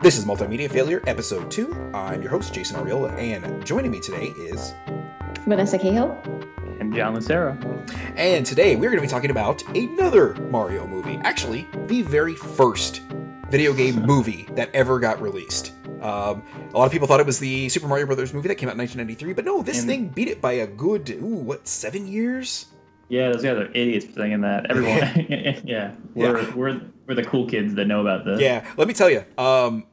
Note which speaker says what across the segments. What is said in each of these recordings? Speaker 1: This is Multimedia Failure, Episode 2. I'm your host, Jason Ariola, and joining me today is.
Speaker 2: Vanessa Cahill.
Speaker 3: And John Lucero.
Speaker 1: And today we're going to be talking about another Mario movie. Actually, the very first video game movie that ever got released. Um, a lot of people thought it was the Super Mario Brothers movie that came out in 1993, but no, this
Speaker 3: And-
Speaker 1: thing beat it by a good, ooh, what, seven years?
Speaker 3: Yeah, those guys are idiots for thinking that. Everyone, yeah, we're, we're we're the cool kids that know about this.
Speaker 1: Yeah, let me tell you. Um,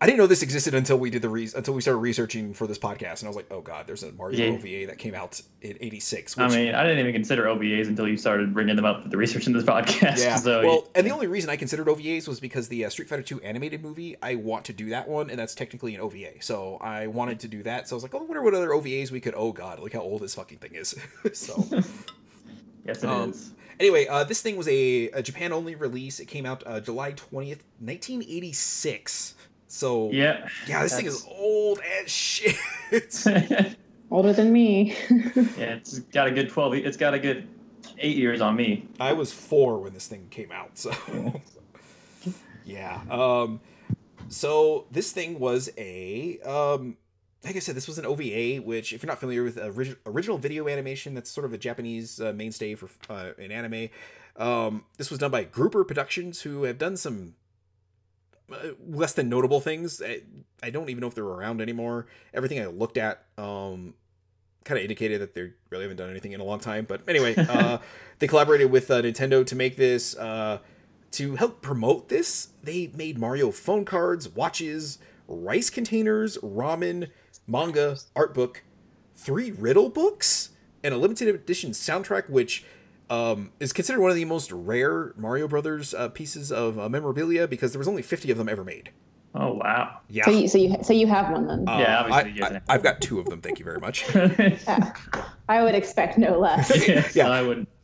Speaker 1: I didn't know this existed until we did the re- until we started researching for this podcast, and I was like, "Oh God, there's a Mario
Speaker 3: Yeah.
Speaker 1: OVA that came out in '86."
Speaker 3: I
Speaker 1: which-
Speaker 3: mean, I didn't even consider OVAs until you started bringing them up for the research in this podcast.
Speaker 1: Yeah.
Speaker 3: So
Speaker 1: well, and the only reason I considered OVAs was because the uh, Street Fighter II animated movie, I want to do that one, and that's technically an OVA. So I wanted to do that. So I was like, oh, I wonder what other OVAs we could. Oh God, look how old this fucking thing is. so
Speaker 3: yes, it is.
Speaker 1: um, anyway, uh, this thing was a, a Japan only release. It came out uh, July twentieth, nineteen eighty six. So
Speaker 3: Yeah.
Speaker 1: yeah, this thing is old as shit.
Speaker 3: yeah,
Speaker 2: Older than me.
Speaker 3: it's got a good twelve. It's got a good eight years on me.
Speaker 1: I was four when this thing came out, so yeah. Um, so this thing was a, um, like I said, this was an OVA, which if you're not familiar with orig- original video animation, that's sort of a Japanese uh, mainstay for uh, in anime. Um, this was done by Grouper Productions, who have done some uh, less than notable things. I, I don't even know if they're around anymore. Everything I looked at, um, kind of indicated that they really haven't done anything in a long time. But anyway, uh, they collaborated with uh, Nintendo to make this. Uh, to help promote this, they made Mario phone cards, watches, rice containers, ramen, manga, art book, three riddle books, and a limited edition soundtrack, which um, is considered one of the most rare Mario Brothers uh, pieces of uh, memorabilia because there was only 50 of them ever made.
Speaker 3: Oh wow.
Speaker 1: Yeah.
Speaker 2: So you, so you, so you have one then.
Speaker 1: Uh,
Speaker 3: Yeah, obviously,
Speaker 1: I,
Speaker 3: yes.
Speaker 1: have got two of them. Thank you very much.
Speaker 2: Yeah. Ah. I would expect no less.
Speaker 1: Yeah.
Speaker 3: I would.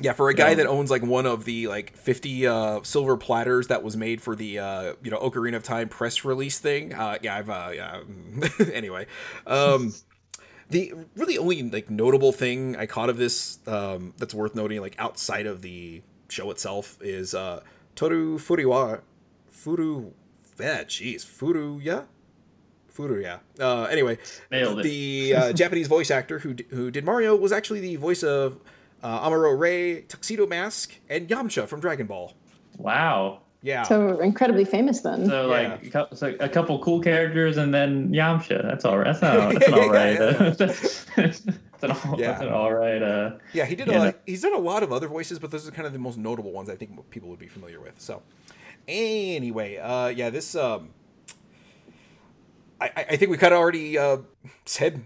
Speaker 1: Yeah, for a guy
Speaker 3: Yeah.
Speaker 1: that owns like one of the like fifty uh, silver platters that was made for the uh, you know Ocarina of Time press release thing. Uh, yeah, I've uh, yeah. mm. anyway, um, the really only like notable thing I caught of this um, that's worth noting, like outside of the show itself, is uh, Toru Furiwa, Furu, eh, jeez, Furuya, Furuya. Uh, anyway,
Speaker 3: Nailed it.
Speaker 1: the uh, Japanese voice actor who d- who did Mario was actually the voice of uh, Amuro Ray, Tuxedo Mask, and Yamcha from Dragon Ball.
Speaker 3: Wow.
Speaker 1: Yeah,
Speaker 2: So incredibly famous then.
Speaker 3: So
Speaker 1: Yeah.
Speaker 3: like a cou- so a couple cool characters and then Yamcha. That's all right. That's not. That's an
Speaker 1: Yeah, yeah, yeah.
Speaker 3: all right. uh, that's, an all,
Speaker 1: Yeah.
Speaker 3: that's an all right. Uh,
Speaker 1: yeah, he did.
Speaker 3: Yeah.
Speaker 1: A lot, he's done a lot of other voices, but those are kind of the most notable ones I think mo- people would be familiar with. So, anyway, uh, yeah, this. Um, I, I- I think we kind of already uh, said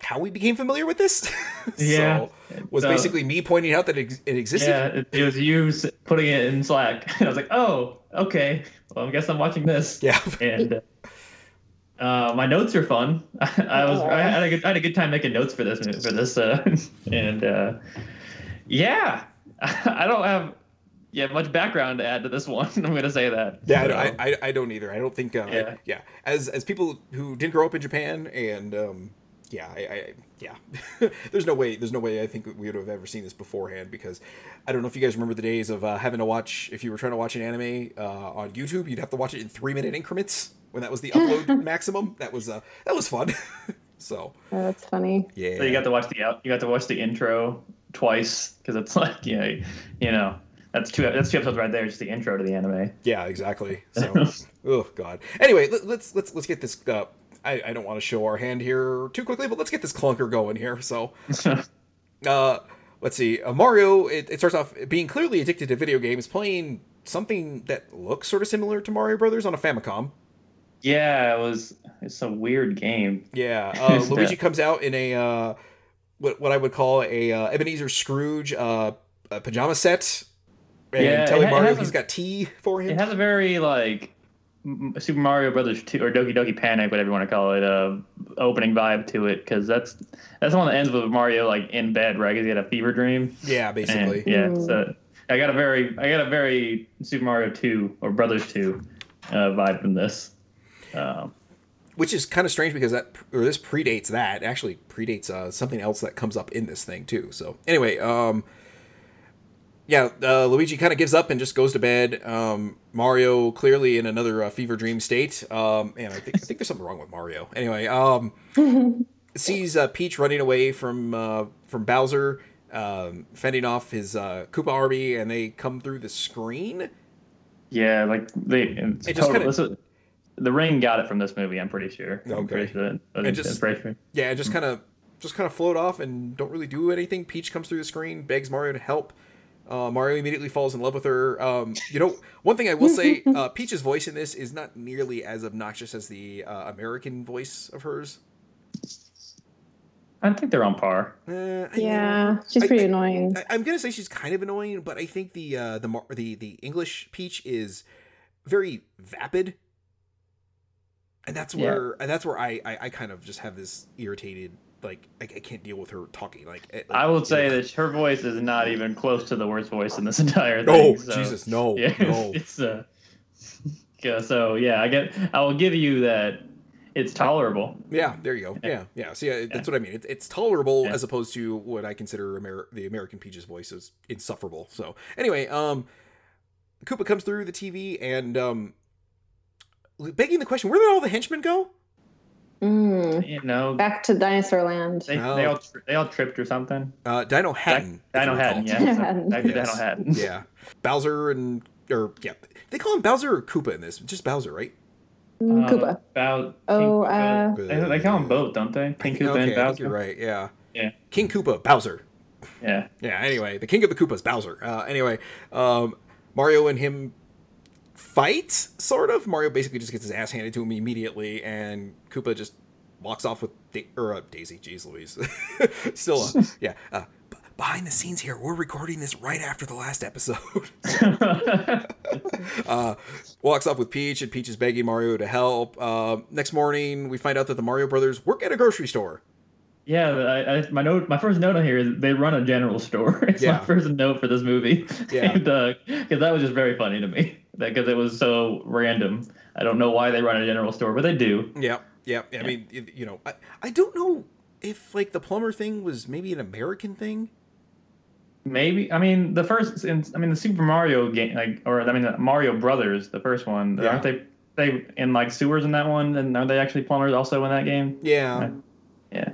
Speaker 1: how we became familiar with this.
Speaker 3: Yeah.
Speaker 1: so, was
Speaker 3: So-
Speaker 1: basically me pointing out that it, ex- it existed.
Speaker 3: yeah, it, it was you s- putting it in Slack. I was like, oh, okay. Well, I guess I'm watching this.
Speaker 1: Yeah.
Speaker 3: And uh, uh, my notes are fun. I was I had a good I had a good time making notes for this for this. Uh, and uh, yeah, I don't have yeah much background to add to this one. I'm gonna say that.
Speaker 1: Yeah, I,
Speaker 3: So,
Speaker 1: don't- I, I, I don't either. I don't think. Uh, yeah.
Speaker 3: um, Yeah.
Speaker 1: As as people who didn't grow up in Japan and um, yeah, I, I yeah, there's no way. There's no way. I think we would have ever seen this beforehand because I don't know if you guys remember the days of uh, having to watch. If you were trying to watch an anime uh, on YouTube, you'd have to watch it in three minute increments when that was the upload maximum. That was uh, that was fun. so
Speaker 2: Oh, that's funny.
Speaker 1: yeah.
Speaker 3: So you got to watch the out. You got to watch the intro twice because it's like you know, you know that's two that's two episodes right there. Just the intro to the anime.
Speaker 1: Yeah, exactly. So, oh god. Anyway, let, let's let's let's get this. Uh, I I don't want to show our hand here too quickly, but let's get this clunker going here. So, uh, let's see. Uh, Mario. It, it starts off being clearly addicted to video games, playing something that looks sort of similar to Mario Brothers on a Famicom.
Speaker 3: Yeah, it was. It's a weird game.
Speaker 1: Yeah, uh,
Speaker 3: Yeah.
Speaker 1: Luigi comes out in a uh, what what I would call a uh, Ebenezer Scrooge uh, a pajama set, and
Speaker 3: Yeah, it
Speaker 1: telling
Speaker 3: ha- it
Speaker 1: Mario
Speaker 3: has a-
Speaker 1: he's got tea for him.
Speaker 3: It has a very like M- M- Super Mario Brothers two or Doki Doki Panic, whatever you want to call it, uh, opening vibe to it because that's that's the one that ends with Mario like in bed, right? 'Cause he had a fever dream.
Speaker 1: yeah,
Speaker 3: And,
Speaker 1: basically.
Speaker 3: yeah.
Speaker 2: Mm.
Speaker 3: So I got a very I got a very Super Mario two or Brothers two uh, vibe from this. Um,
Speaker 1: which is kind of strange because that or this predates that It actually predates uh, something else that comes up in this thing too so anyway um yeah, uh, Luigi kind of gives up and just goes to bed. Um, Mario clearly in another uh, fever dream state. Um, and I think I think there's something wrong with Mario. Anyway, um, sees uh, Peach running away from uh, from Bowser, um, fending off his uh, Koopa army, and they come through the screen.
Speaker 3: Yeah, like they. It's
Speaker 1: It just
Speaker 3: total-
Speaker 1: kinda-
Speaker 3: this was- the ring got it from this movie. I'm pretty sure.
Speaker 1: Okay.
Speaker 3: I'm pretty sure that- that
Speaker 1: It
Speaker 3: is
Speaker 1: just-
Speaker 3: inspiration.
Speaker 1: Yeah, and just kind of just kind of float off and don't really do anything. Peach comes through the screen, begs Mario to help. Uh, Mario immediately falls in love with her. Um, you know, one thing I will say, uh, Peach's voice in this is not nearly as obnoxious as the uh, American voice of hers.
Speaker 3: I think they're on par.
Speaker 1: Uh, I-
Speaker 2: Yeah, she's
Speaker 1: I-
Speaker 2: pretty
Speaker 1: I-
Speaker 2: annoying.
Speaker 1: I, I'm gonna say she's kind of annoying, but I think the uh, the mar- the the English Peach is very vapid, and that's
Speaker 3: Yeah.
Speaker 1: where and that's where I, I I kind of just have this irritated like I, I can't deal with her talking like. it-
Speaker 3: I will say
Speaker 1: yeah.
Speaker 3: that her voice is not even close to the worst voice in this entire thing.
Speaker 1: No,
Speaker 3: so-
Speaker 1: Oh, Jesus, no,
Speaker 3: Yeah,
Speaker 1: no.
Speaker 3: it's uh, yeah, so yeah, I get. I will give you that. It's tolerable.
Speaker 1: Yeah, there you go. Yeah, yeah. See, I that's what I mean. It, it's tolerable as opposed to what I consider Amer- the American Peach's voice is insufferable. So anyway, um, Koopa comes through the TV and um, begging the question, where did all the henchmen go?
Speaker 2: Mm.
Speaker 3: You know,
Speaker 2: Back to dinosaur land.
Speaker 3: they, they all tri- they all tripped or something.
Speaker 1: Uh, Dino Hatton. if
Speaker 3: Dino
Speaker 1: you recall.
Speaker 3: Hatton,
Speaker 2: Hatton.
Speaker 3: yeah. So, back to
Speaker 1: Yes.
Speaker 3: Dino Hatton.
Speaker 1: Yeah, Bowser and or yeah, they call him Bowser or Koopa in this. Just Bowser, right?
Speaker 2: Mm,
Speaker 3: Uh,
Speaker 1: Um,
Speaker 2: Koopa.
Speaker 3: Bow-
Speaker 2: Oh,
Speaker 3: King Koopa.
Speaker 2: uh,
Speaker 3: they, they call them both, don't they? King Koopa
Speaker 1: okay,
Speaker 3: and
Speaker 1: I think
Speaker 3: Bowser.
Speaker 1: you're right. Yeah.
Speaker 3: Yeah.
Speaker 1: King Koopa, Bowser.
Speaker 3: Yeah.
Speaker 1: Yeah, anyway, the king of the Koopas, Bowser. Uh, anyway, um, Mario and him fight, sort of. Mario basically just gets his ass handed to him immediately, and Koopa just walks off with da- or uh, Daisy. Jeez Louise. Still, uh, yeah. Uh, b- behind the scenes here, we're recording this right after the last episode. uh, walks off with Peach, and Peach is begging Mario to help. Uh, next morning, we find out that the Mario brothers work at a grocery store.
Speaker 3: yeah. I, I, my note. My first note on here is they run a general store. It's
Speaker 1: Yeah.
Speaker 3: my first note for this movie.
Speaker 1: Yeah.
Speaker 3: and, uh, 'cause that was just very funny to me. Because it was so random. I don't know why they run a general store, but they do.
Speaker 1: Yeah, yeah. I mean, y- you know, I, I don't know if like the plumber thing was maybe an American thing.
Speaker 3: Maybe I mean the first. In, I mean the Super Mario game, like or I mean the Mario Brothers, the first one.
Speaker 1: Yeah.
Speaker 3: Aren't they? They in like sewers in that one, and are they actually plumbers also in that game?
Speaker 1: Yeah,
Speaker 3: Yeah.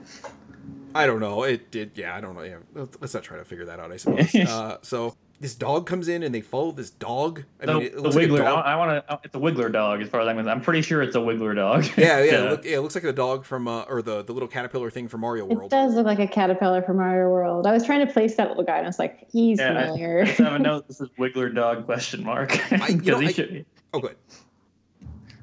Speaker 1: I don't know. It did. Yeah, I don't know. Yeah, let's let's not try to figure that out. I suppose. uh, so this dog comes in and they follow this dog. I
Speaker 3: the,
Speaker 1: mean, it
Speaker 3: the
Speaker 1: looks like a
Speaker 3: Wiggler.
Speaker 1: dog.
Speaker 3: I, want to. It's a Wiggler dog, as far as I'm concerned. I'm pretty sure it's a Wiggler dog.
Speaker 1: Yeah, yeah.
Speaker 3: Uh,
Speaker 1: It look, yeah, it looks like the dog from uh, or the the little caterpillar thing from Mario
Speaker 2: It
Speaker 1: World.
Speaker 2: does look like a caterpillar from Mario World. I was trying to place that little guy, and I was like, he's
Speaker 3: Yeah, I-
Speaker 2: familiar.
Speaker 3: I have a note. This is Wiggler dog question mark.
Speaker 1: you
Speaker 3: 'Cause
Speaker 1: know,
Speaker 3: he
Speaker 1: I-
Speaker 3: should-
Speaker 1: Oh, good.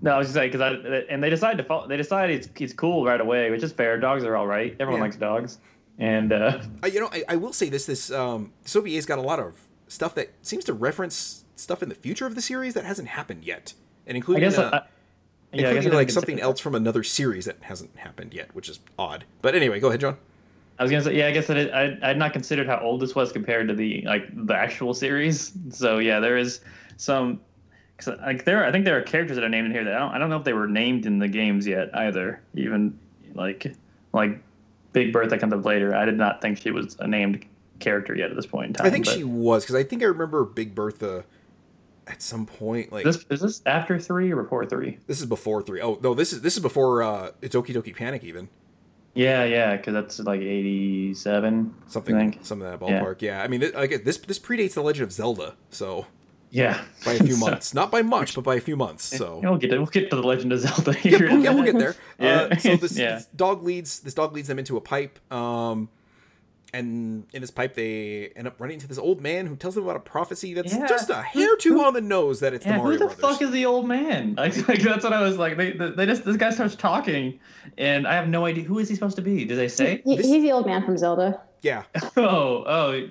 Speaker 3: no, I was just saying because I and they decide to follow. They decide it's it's cool right away, which is fair. Dogs are all right. Everyone
Speaker 1: Yeah.
Speaker 3: likes dogs, and uh,
Speaker 1: I, you know, I, I will say this: this um, this OVA's got a lot of stuff that seems to reference stuff in the future of the series that hasn't happened yet, and
Speaker 3: I
Speaker 1: including
Speaker 3: guess.
Speaker 1: uh,
Speaker 3: I, yeah, I guess I
Speaker 1: including
Speaker 3: didn't
Speaker 1: like
Speaker 3: consider-
Speaker 1: something else from another series that hasn't happened yet, which is odd. But anyway, go ahead, John.
Speaker 3: I was gonna say, yeah, I guess I, did, I I'd not considered how old this was compared to the like the actual series. So yeah, there is some cause, like there. I think there are characters that are named in here that I don't. I don't know if they were named in the games yet either. Even like like Big Bird that comes up later. I did not think she was a named character yet at this point in time.
Speaker 1: I think
Speaker 3: Uh, but
Speaker 1: she was because I think I remember Big Bertha at some point. Like this,
Speaker 3: This is this after three or before three?
Speaker 1: is before three. Oh no, this is this is before uh, it's Okie Dokie Panic even
Speaker 3: Yeah, yeah, because that's like eighty-seven.
Speaker 1: something
Speaker 3: I think.
Speaker 1: something of that
Speaker 3: Yeah.
Speaker 1: ballpark. Yeah, I mean, th- I guess this this predates the Legend of Zelda, so
Speaker 3: Yeah,
Speaker 1: by a few
Speaker 3: So-
Speaker 1: months, not by much, but by a few months. So.
Speaker 3: Yeah, we'll get to, we'll get to the Legend of Zelda here.
Speaker 1: Yeah,
Speaker 3: in a
Speaker 1: we'll, yeah, we'll
Speaker 3: minute.
Speaker 1: get there. Uh,
Speaker 3: Yeah.
Speaker 1: so this,
Speaker 3: Yeah.
Speaker 1: this dog leads this dog leads them into a pipe, um, and in this pipe they end up running into this old man who tells them about a prophecy that's
Speaker 3: Yeah.
Speaker 1: just a hair too on the nose that it's the
Speaker 3: Yeah,
Speaker 1: Mario
Speaker 3: who the
Speaker 1: Brothers.
Speaker 3: fuck is the old man? Like, like that's what I was like. They, they, they just this guy starts talking, and I have no idea who is he supposed to be. Do they say?
Speaker 2: He-
Speaker 1: This-
Speaker 2: he's the old man from Zelda,
Speaker 1: yeah,
Speaker 3: oh, oh,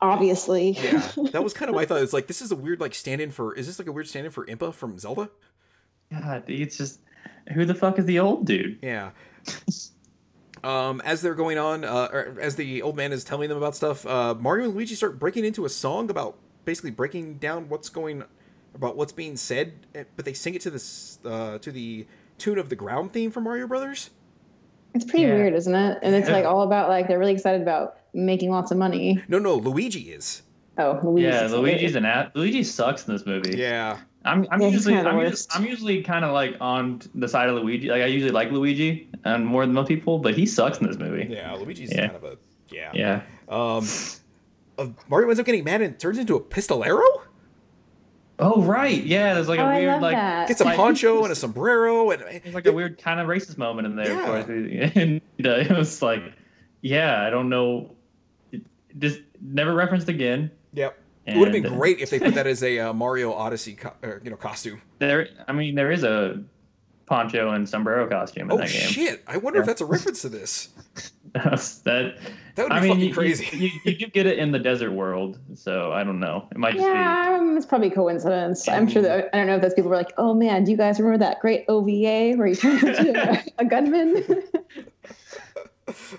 Speaker 2: obviously.
Speaker 1: yeah, that was kind of my thought. It's like this is a weird like stand in for. Is this like a weird stand in for Impa from Zelda?
Speaker 3: God, it's just who the fuck is the old dude?
Speaker 1: Yeah. Um, as they're going on, uh, or as the old man is telling them about stuff, uh, Mario and Luigi start breaking into a song about basically breaking down what's going, about what's being said, eh, but they sing it to this uh, to the tune of the ground theme from Mario Brothers.
Speaker 2: It's pretty
Speaker 3: Yeah.
Speaker 2: weird, isn't it? And it's like all about like they're really excited about making lots of money.
Speaker 1: No, no, Luigi is.
Speaker 2: Oh, Luigi.
Speaker 3: yeah, Luigi's an ass. Luigi sucks in this movie.
Speaker 1: Yeah.
Speaker 3: I'm, I'm
Speaker 2: Yeah, he's
Speaker 3: usually
Speaker 2: kinda the
Speaker 3: I'm, usually,
Speaker 2: worst.
Speaker 3: I'm usually kind of like on the side of Luigi. Like I usually like Luigi and more than most people, but he sucks in this movie.
Speaker 1: Yeah. Luigi's
Speaker 3: Yeah.
Speaker 1: kind of a yeah.
Speaker 3: Yeah,
Speaker 1: Um, uh, Mario ends up getting mad and turns into a pistolero.
Speaker 3: Oh right, yeah. There's like
Speaker 2: oh,
Speaker 3: a
Speaker 2: I
Speaker 3: weird
Speaker 2: love
Speaker 3: like
Speaker 2: that.
Speaker 1: Gets a
Speaker 3: Like-
Speaker 1: poncho and a sombrero and
Speaker 3: there's like a weird kind of racist moment in there.
Speaker 1: Yeah.
Speaker 3: of course. And uh, it was like, yeah, I don't know. It- Just never referenced again.
Speaker 1: Yep. It would have been
Speaker 3: And-
Speaker 1: great if they put that as a uh, Mario Odyssey, co- or, you know, costume.
Speaker 3: There, I mean, there is a poncho and sombrero costume in
Speaker 1: Oh
Speaker 3: that game.
Speaker 1: shit! I wonder if
Speaker 3: Yeah.
Speaker 1: that's a reference to this.
Speaker 3: That's- that
Speaker 1: That would be
Speaker 3: I mean,
Speaker 1: fucking
Speaker 3: you- you-
Speaker 1: crazy.
Speaker 3: You, you do get it in the desert world, so I don't know. It might just
Speaker 2: Yeah, um, it's probably coincidence. I'm sure that I don't know if those people were like, "Oh man, do you guys remember that great OVA where he turned into a, a gunman?"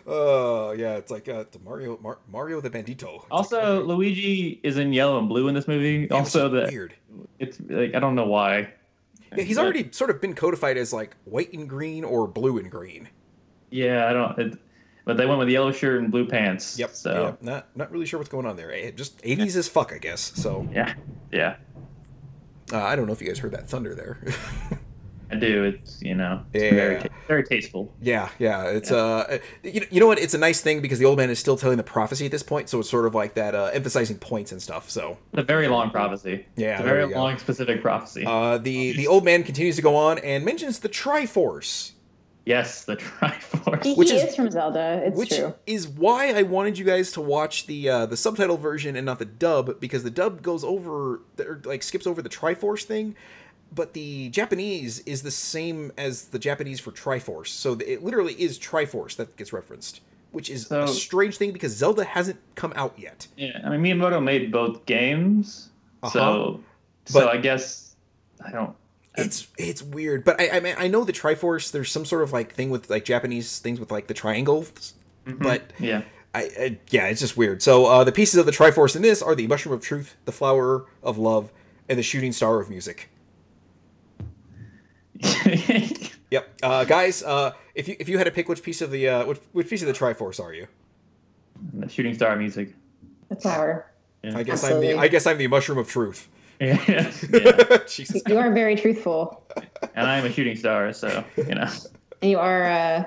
Speaker 1: Oh yeah, it's like uh, the Mario Mar- Mario the Bandito. It's
Speaker 3: be. Also,
Speaker 1: like, okay.
Speaker 3: Luigi is in yellow and blue in this movie.
Speaker 1: Yeah, which is
Speaker 3: also, that
Speaker 1: weird.
Speaker 3: it's like I don't know why.
Speaker 1: Yeah, he's
Speaker 3: But-
Speaker 1: already sort of been codified as like white and green or blue and green.
Speaker 3: Yeah, I don't. It, but they went with yellow shirt and blue pants.
Speaker 1: Yep.
Speaker 3: So
Speaker 1: yep. Not not really sure what's going on there. Eh, just eighties as fuck, I guess. So
Speaker 3: yeah,
Speaker 1: uh, I don't know if you guys heard that thunder there.
Speaker 3: I do. It's you know, it's
Speaker 1: Yeah.
Speaker 3: very ta- very tasteful.
Speaker 1: Yeah, yeah. It's uh, you, you know what? It's a nice thing because the old man is still telling the prophecy at this point, so it's sort of like that uh, emphasizing points and stuff. So
Speaker 3: It's a very long prophecy.
Speaker 1: yeah,
Speaker 3: It's a
Speaker 1: there
Speaker 3: very
Speaker 1: we go.
Speaker 3: long specific prophecy.
Speaker 1: Uh, the the old man continues to go on and mentions the Triforce,
Speaker 3: yes, the Triforce.
Speaker 2: he
Speaker 1: Which
Speaker 2: he
Speaker 1: is-
Speaker 2: is, from Zelda. It's
Speaker 1: which
Speaker 2: true.
Speaker 1: is why I wanted you guys to watch the uh, the subtitle version and not the dub because the dub goes over or like skips over the Triforce thing, but the Japanese is the same as the Japanese for Triforce, so th- it literally is Triforce that gets referenced, which is a
Speaker 3: So-
Speaker 1: strange thing because Zelda hasn't come out yet.
Speaker 3: Yeah, I mean Miyamoto made both games,
Speaker 1: Uh-huh.
Speaker 3: so so
Speaker 1: But-
Speaker 3: I guess I don't.
Speaker 1: It's it's weird, but I I, mean, I know the Triforce. There's some sort of like thing with like Japanese things with like the triangles,
Speaker 3: Mhm.
Speaker 1: but
Speaker 3: yeah,
Speaker 1: I, I yeah, it's just weird. So uh, the pieces of the Triforce in this are the Mushroom of Truth, the Flower of Love, and the Shooting Star of Music. Yep, uh, guys, uh, if you if you had to pick which piece of the uh, which, which piece of the Triforce are you?
Speaker 3: the shooting star music.
Speaker 2: That's our.
Speaker 3: Yeah.
Speaker 1: I guess I'm the
Speaker 2: Absolutely.
Speaker 1: I guess I'm the Mushroom of Truth.
Speaker 3: yeah, yeah.
Speaker 1: Jesus.
Speaker 2: You are very truthful,
Speaker 3: and I'm a shooting star, so you know.
Speaker 2: and you are uh,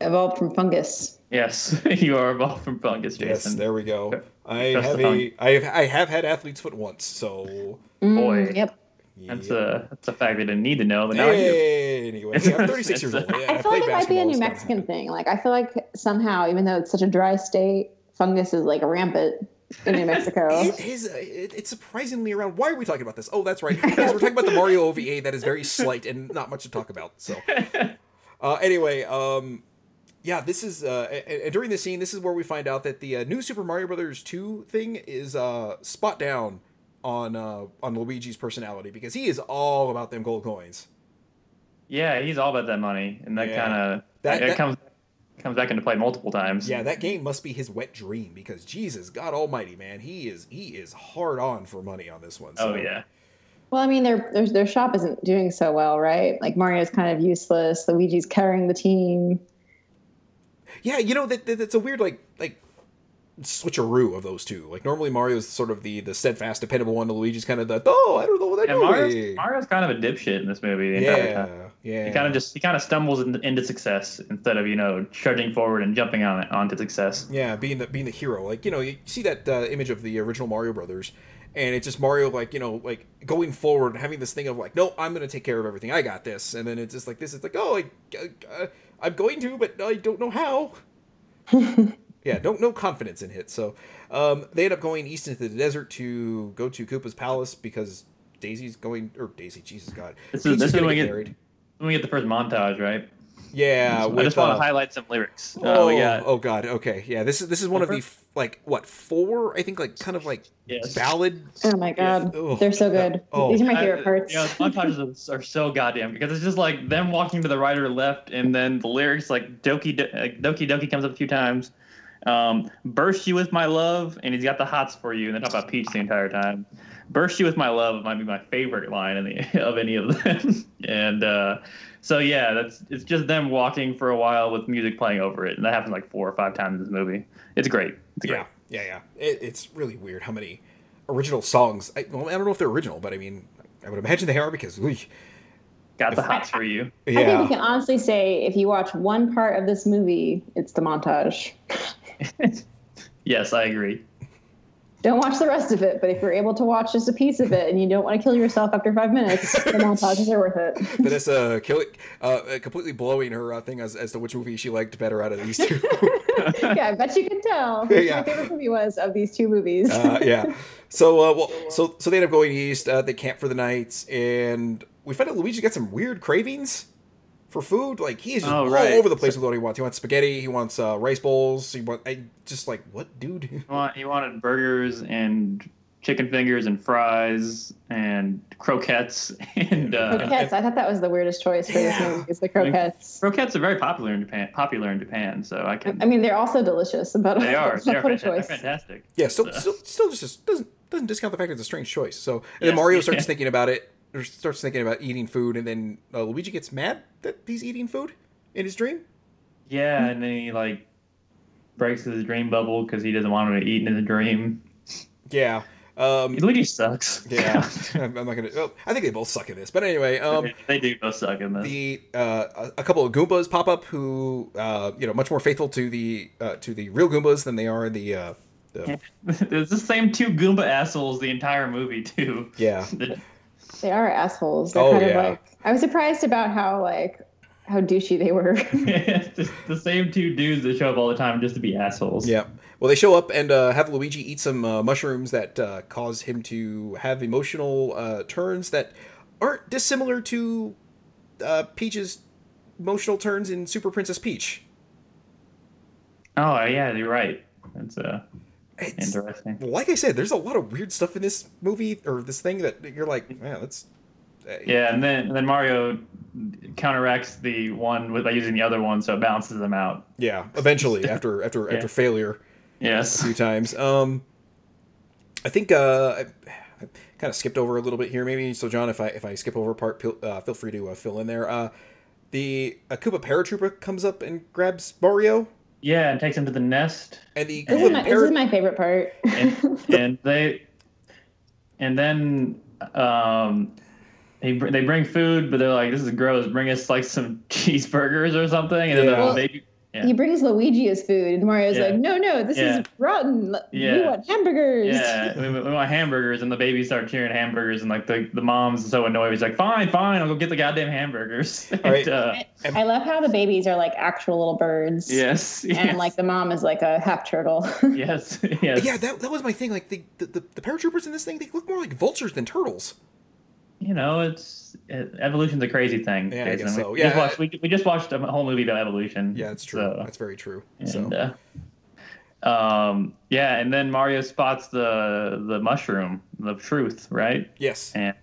Speaker 2: evolved from fungus.
Speaker 3: Yes, you are evolved from fungus,
Speaker 1: Yes,
Speaker 3: Jason.
Speaker 1: there we go. I
Speaker 3: Press
Speaker 1: have
Speaker 3: the
Speaker 1: a I have I have had athlete's foot once, so
Speaker 2: Mm,
Speaker 3: Boy.
Speaker 2: yep.
Speaker 3: that's
Speaker 1: yeah.
Speaker 3: a that's a fact I didn't need to know, but now I do.
Speaker 1: Anyway, yeah, I'm 36 years old. Yeah,
Speaker 2: I feel like
Speaker 1: played
Speaker 2: it might be
Speaker 1: basketball,
Speaker 2: a New
Speaker 1: it's gonna
Speaker 2: Mexican
Speaker 1: happen.
Speaker 2: thing. Like I feel like somehow, even though it's such a dry state, fungus is like rampant in New Mexico.
Speaker 1: It is. uh, It, it's surprisingly around. Why are we talking about this? Oh, that's right. Because we're talking about the Mario OVA that is very slight and not much to talk about. So, uh, anyway, um, yeah, this is. Uh, a- a- and during the scene, this is where we find out that the uh, new Super Mario Brothers two thing is uh, spot down on uh, on Luigi's personality because he is all about them gold coins.
Speaker 3: Yeah, he's all about that money, and that
Speaker 1: Yeah.
Speaker 3: kind of
Speaker 1: That-
Speaker 3: that,
Speaker 1: that-
Speaker 3: comes comes back into play multiple times.
Speaker 1: Yeah, that game must be his wet dream because Jesus, God Almighty, man, he is he is hard on for money on this one. So.
Speaker 3: Oh yeah.
Speaker 2: Well, I mean, their their their shop isn't doing so well, right? Like Mario's kind of useless. Luigi's carrying the team.
Speaker 1: Yeah, you know that, that that's a weird like like switcheroo of those two. Like normally Mario's sort of the the steadfast, dependable one. and Luigi's kind of the oh, I don't know what
Speaker 3: Yeah,
Speaker 1: I'm
Speaker 3: Mario's,
Speaker 1: doing.
Speaker 3: Mario's kind of a dipshit in this movie the entire time.
Speaker 1: Yeah, yeah.
Speaker 3: He kind of just he kind of stumbles in, into success instead of you know trudging forward and jumping on it onto success.
Speaker 1: yeah, being the being the hero. Like you know, you see that uh, image of the original Mario Brothers, and it's just Mario like you know like going forward and having this thing of like, no, I'm gonna take care of everything. I got this. And then it's just like this. It's like oh, I, uh, I'm going to, but I don't know how. Yeah, no, no confidence in hit. So um, they end up going east into the desert to go to Koopa's palace because Daisy's going, or Daisy, Jesus God,
Speaker 3: This
Speaker 1: Peach
Speaker 3: is this is
Speaker 1: gonna
Speaker 3: when we
Speaker 1: get
Speaker 3: get when we get the first montage, right?
Speaker 1: Yeah,
Speaker 3: I
Speaker 1: with,
Speaker 3: just want
Speaker 1: uh,
Speaker 3: to highlight some lyrics. Uh,
Speaker 1: Oh,
Speaker 3: we got
Speaker 1: oh God. Okay, yeah. This is this is one of the f- like what four? I think like kind of like
Speaker 3: yes.
Speaker 1: ballad.
Speaker 2: Oh my god,
Speaker 1: Ugh,
Speaker 2: they're so
Speaker 1: that-
Speaker 2: good.
Speaker 1: oh.
Speaker 2: These are my
Speaker 3: I- uh,
Speaker 2: favorite parts.
Speaker 3: You know, the montages are so goddamn because it's just like them walking to the right or left, and then the lyrics like Doki Do- like, Doki Doki comes up a few times. Um, burst you with my love, and he's got the hots for you, and they talk about Peach the entire time. Burst you with my love might be my favorite line in the, of any of them, and uh, so yeah, that's it's just them walking for a while with music playing over it, and that happens like four or five times in this movie. It's great. It's great.
Speaker 1: Yeah, yeah, yeah. It, it's really weird how many original songs. I, well, I don't know if they're original, but I mean, I would imagine they are because we.
Speaker 3: Got the hots for you.
Speaker 1: Yeah.
Speaker 2: I think we can honestly say if you watch one part of this movie, it's the montage.
Speaker 3: yes, I agree.
Speaker 2: Don't watch the rest of it, but if you're able to watch just a piece of it and you don't want to kill yourself after five minutes, the montages are worth it.
Speaker 1: That is uh, kill uh, completely blowing her uh, thing as, as to which movie she liked better out of these two.
Speaker 2: yeah, I bet you can tell which
Speaker 1: Yeah.
Speaker 2: my favorite movie was of these two movies.
Speaker 1: uh, yeah. So uh, well, so so they end up going east. Uh, they camp for the night, and we find out Luigi got some weird cravings for food. Like he's just
Speaker 3: Oh,
Speaker 1: all
Speaker 3: right.
Speaker 1: over the place with what he wants. He wants spaghetti. He wants uh, rice bowls. He wants I, just like what, dude?
Speaker 3: He want- He wanted burgers and chicken fingers and fries and croquettes and uh,
Speaker 2: croquettes. I thought that was the weirdest choice for
Speaker 1: Yeah.
Speaker 2: this movie. Is the croquettes.
Speaker 3: croquettes are very popular in Japan. Popular in Japan, so I can.
Speaker 2: I mean, they're also delicious, but
Speaker 3: they are. They are
Speaker 2: what a
Speaker 3: fanta- they're
Speaker 2: choice.
Speaker 3: fantastic.
Speaker 1: Yeah. Still,
Speaker 3: So-
Speaker 1: still, still just doesn't doesn't discount the fact it's a strange choice. So and then
Speaker 3: Yeah.
Speaker 1: Mario starts thinking about it. Or starts thinking about eating food, and then uh, Luigi gets mad that he's eating food in his dream.
Speaker 3: Yeah, and then he like breaks his dream bubble because he doesn't want him to eat in the dream.
Speaker 1: Yeah. Um,
Speaker 3: Luigi sucks.
Speaker 1: yeah. I'm I'm not gonna. Oh, I think they both suck at this, but anyway. Um,
Speaker 3: They- they do both suck in this.
Speaker 1: the uh, a a couple of Goombas pop up who uh, you know much more faithful to the uh, to the real Goombas than they are in the, uh, the
Speaker 3: It's the same two Goomba assholes the entire movie too.
Speaker 1: yeah
Speaker 3: The-
Speaker 2: They are assholes. They're
Speaker 1: Oh,
Speaker 2: kind
Speaker 1: yeah.
Speaker 2: of like I was surprised about how like how douchey they were.
Speaker 3: it's just the same two dudes that show up all the time just to be assholes.
Speaker 1: yeah. Well, they show up and uh, have Luigi eat some uh, mushrooms that uh, cause him to have emotional uh, turns that aren't dissimilar to uh, Peach's emotional turns in Super Princess Peach.
Speaker 3: Oh yeah, you're right. That's uh
Speaker 1: It's,
Speaker 3: interesting.
Speaker 1: like I said, there's a lot of weird stuff in this movie or this thing that you're like, man, that's
Speaker 3: Yeah, and then and then Mario counteracts the one with by using the other one, so it balances them out.
Speaker 1: yeah. Eventually, after after
Speaker 3: Yeah.
Speaker 1: after failure. a
Speaker 3: Yes.
Speaker 1: few times. Um, I think uh, I, I kind of skipped over a little bit here, maybe. So, John, if I if I skip over a part, peel- uh, feel free to uh, fill in there. Uh, the a Koopa paratrooper comes up and grabs Mario,
Speaker 3: Yeah, and takes him to the nest.
Speaker 1: and the
Speaker 2: this, is
Speaker 1: Koopa
Speaker 2: my, this
Speaker 1: para-
Speaker 2: is my favorite part.
Speaker 3: and, and they and then um they, br- they bring food but they're like this is gross bring us like some cheeseburgers or something and then
Speaker 1: Yeah.
Speaker 3: the
Speaker 2: Well,
Speaker 3: baby
Speaker 2: He brings Luigi his food, and Mario's
Speaker 3: Yeah.
Speaker 2: like, "No, no, this
Speaker 3: Yeah.
Speaker 2: is rotten. Let- We
Speaker 3: Yeah.
Speaker 2: want hamburgers."
Speaker 3: yeah we, we want hamburgers and the babies start cheering hamburgers and like the, the mom's so annoyed he's like fine fine i'll go get the goddamn hamburgers and,
Speaker 1: right.
Speaker 3: uh,
Speaker 2: I love how the babies are like actual little birds,
Speaker 3: yes yes,
Speaker 2: and like the mom is like a half turtle.
Speaker 3: yes yes
Speaker 1: yeah, that, that was my thing. Like the, the, the, the paratroopers in this thing, they look more like vultures than turtles.
Speaker 3: you know it's it, evolution's a crazy thing
Speaker 1: Yeah, I guess
Speaker 3: Jason.
Speaker 1: so.
Speaker 3: we,
Speaker 1: Yeah,
Speaker 3: just watched, we, we just watched a whole movie about evolution
Speaker 1: Yeah, that's true.
Speaker 3: Mm-hmm. so-
Speaker 1: That's very true. so
Speaker 3: And, uh, um, yeah, and then Mario spots the the mushroom, the truth, right?
Speaker 1: yes,
Speaker 3: And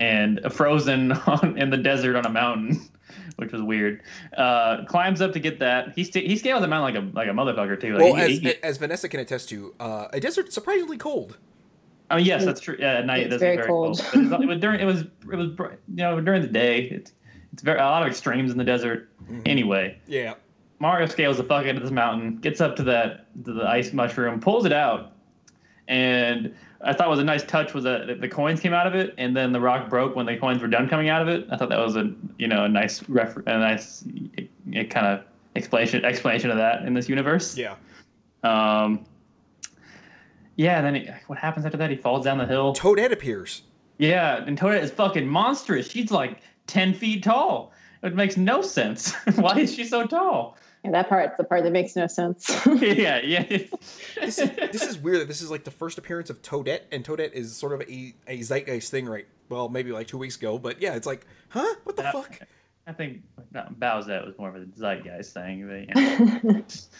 Speaker 3: and frozen on, in the desert on a mountain, which was weird. Uh, climbs up to get that. He sta he scales the mountain like a like a motherfucker too. Like
Speaker 1: well,
Speaker 3: he-
Speaker 1: as,
Speaker 3: he-
Speaker 1: as Vanessa can attest to, uh, a desert surprisingly cold.
Speaker 3: I mean, yes, that's true. Yeah, at night
Speaker 2: It's
Speaker 3: that's
Speaker 2: very
Speaker 3: very, cold.
Speaker 2: cold.
Speaker 3: But it's not- it was during it was it was br- you know during the day. It's it's very a lot of extremes in the desert.
Speaker 1: Mhm.
Speaker 3: Anyway,
Speaker 1: Yeah,
Speaker 3: Mario scales the fuck out of this mountain, gets up to that to the ice mushroom, pulls it out, and I thought was a nice touch was that the coins came out of it, and then the rock broke when the coins were done coming out of it. I thought that was a you know a nice refer- a nice kind of explanation explanation of that in this universe.
Speaker 1: yeah.
Speaker 3: Um, yeah. And then he, what happens after that? He falls down the hill.
Speaker 1: Toadette appears.
Speaker 3: Yeah, and Toadette is fucking monstrous. She's like ten feet tall. It makes no sense. Why is she so tall?
Speaker 2: And that part's the part that makes no sense.
Speaker 3: yeah, yeah.
Speaker 1: this is this is weird that this is like the first appearance of Toadette, and Toadette is sort of a, a zeitgeist thing, right? Well, maybe like two weeks ago, but yeah, it's like, huh? What the
Speaker 3: Yeah.
Speaker 1: fuck?
Speaker 3: I think no, Bowsette was more of a zeitgeist thing. But, you know.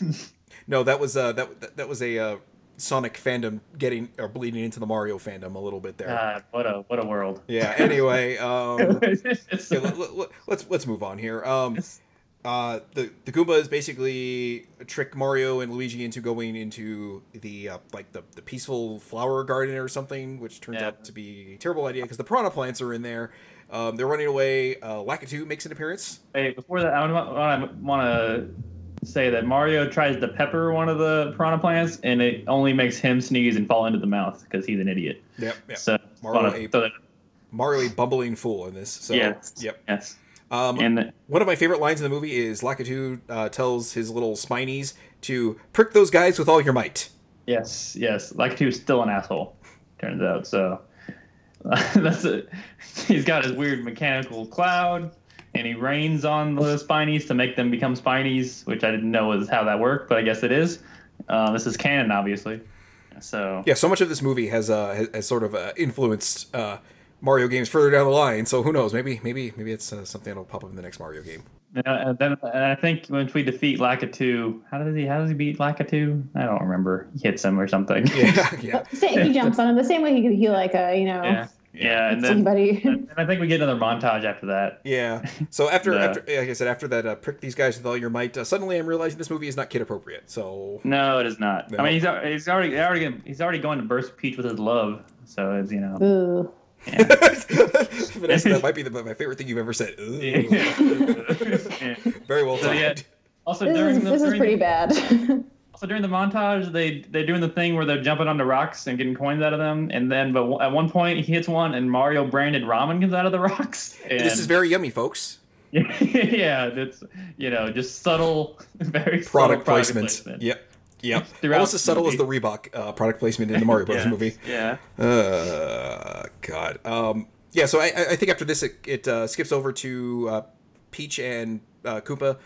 Speaker 2: yeah,
Speaker 1: No, that was uh that that, that was a uh, Sonic fandom getting or bleeding into the Mario fandom a little bit there.
Speaker 3: God, Uh, what a what a world.
Speaker 1: yeah. Anyway, um,
Speaker 3: It's-
Speaker 1: yeah, let, let, let's let's move on here. Um, uh, the the Goombas basically trick Mario and Luigi into going into the uh, like the, the peaceful flower garden or something, which turns
Speaker 3: Yeah.
Speaker 1: out to be a terrible idea because the Piranha plants are in there. Um, they're running away. Uh, Lakitu makes an appearance.
Speaker 3: Hey, before that, I want to say that Mario tries to pepper one of the piranha plants, and it only makes him sneeze and fall into the mouth because he's an idiot.
Speaker 1: Yep. yep.
Speaker 3: So
Speaker 1: Mario
Speaker 3: thought I'd
Speaker 1: ape.
Speaker 3: throw that-
Speaker 1: Mario a bumbling fool in this. So
Speaker 3: Yes.
Speaker 1: yep.
Speaker 3: yes.
Speaker 1: Um,
Speaker 3: And the-
Speaker 1: one of my favorite lines in the movie is Lakitu uh, tells his little spinies to prick those guys with all your might.
Speaker 3: yes, yes, like he was still an asshole. Turns out, so that's it. He's got his weird mechanical cloud, and he rains on the spinies to make them become spinies, which I didn't know was how that worked, but I guess it is. Uh, this is canon, obviously. So
Speaker 1: Yeah, so much of this movie has uh, has, has sort of uh, influenced uh, Mario games further down the line. So who knows? Maybe maybe maybe it's uh, something that'll pop up in the next Mario game.
Speaker 3: Uh, and then and I think once we defeat Lakitu, how does he how does he beat Lakitu? I don't remember. He hits him or something.
Speaker 1: Yeah, yeah.
Speaker 2: Sa- He jumps on him the same way he he like uh, you know
Speaker 3: yeah. Yeah, and then
Speaker 2: somebody.
Speaker 3: and I think we get another montage after that.
Speaker 1: Yeah. So after,
Speaker 3: The-
Speaker 1: after, like I said, after that, uh, prick these guys with all your might. Uh, suddenly, I'm realizing this movie is not kid appropriate. So
Speaker 3: No, it is not.
Speaker 1: No.
Speaker 3: I mean, he's al- he's already already gonna- he's already going to burst Peach with his love. So it's you know.
Speaker 2: Ooh.
Speaker 1: Vanessa, that might be the, my favorite thing you've ever said. Ooh. Very well
Speaker 3: So,
Speaker 1: timed.
Speaker 3: yeah. Also
Speaker 2: This
Speaker 3: during
Speaker 2: is
Speaker 3: the,
Speaker 2: this is
Speaker 3: during
Speaker 2: pretty
Speaker 3: the-
Speaker 2: bad.
Speaker 3: also during the montage, they they're doing the thing where they're jumping onto rocks and getting coins out of them, and then but at one point he hits one and Mario branded ramen comes out of the rocks. And
Speaker 1: This is very yummy, folks.
Speaker 3: yeah, that's you know just subtle, very subtle
Speaker 1: Product, placement. Yep. Yep.
Speaker 3: Throughout
Speaker 1: Almost as
Speaker 3: the
Speaker 1: subtle as the
Speaker 3: movie.
Speaker 1: Reebok uh, product placement in the Mario Brothers
Speaker 3: yeah.
Speaker 1: movie.
Speaker 3: Yeah,
Speaker 1: Uh, God. Um, yeah, so I, I I think after this, it, it uh, skips over to uh, Peach and uh, Koopa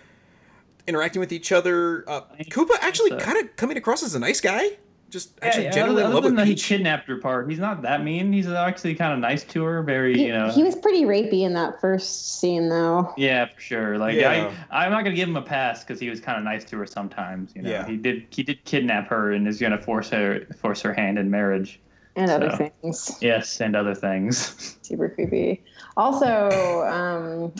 Speaker 1: interacting with each other. Uh, Koopa actually
Speaker 3: so.
Speaker 1: kind of coming across as a nice guy. Just actually
Speaker 3: yeah,
Speaker 1: genuinely
Speaker 3: other,
Speaker 1: in love
Speaker 3: other than
Speaker 1: with
Speaker 3: that he
Speaker 1: Peach.
Speaker 3: kidnapped her part, he's not that mean. He's actually kind of nice to her. Very,
Speaker 2: he,
Speaker 3: you know.
Speaker 2: he was pretty rapey in that first scene though.
Speaker 3: yeah, for sure. Like
Speaker 1: Yeah.
Speaker 3: I, I'm not gonna give him a pass because he was kind of nice to her sometimes. You know,
Speaker 1: Yeah.
Speaker 3: he did he did kidnap her and is gonna force her force her hand in marriage.
Speaker 2: And other
Speaker 3: So.
Speaker 2: things.
Speaker 3: Yes, and other things.
Speaker 2: Super creepy. Also, um,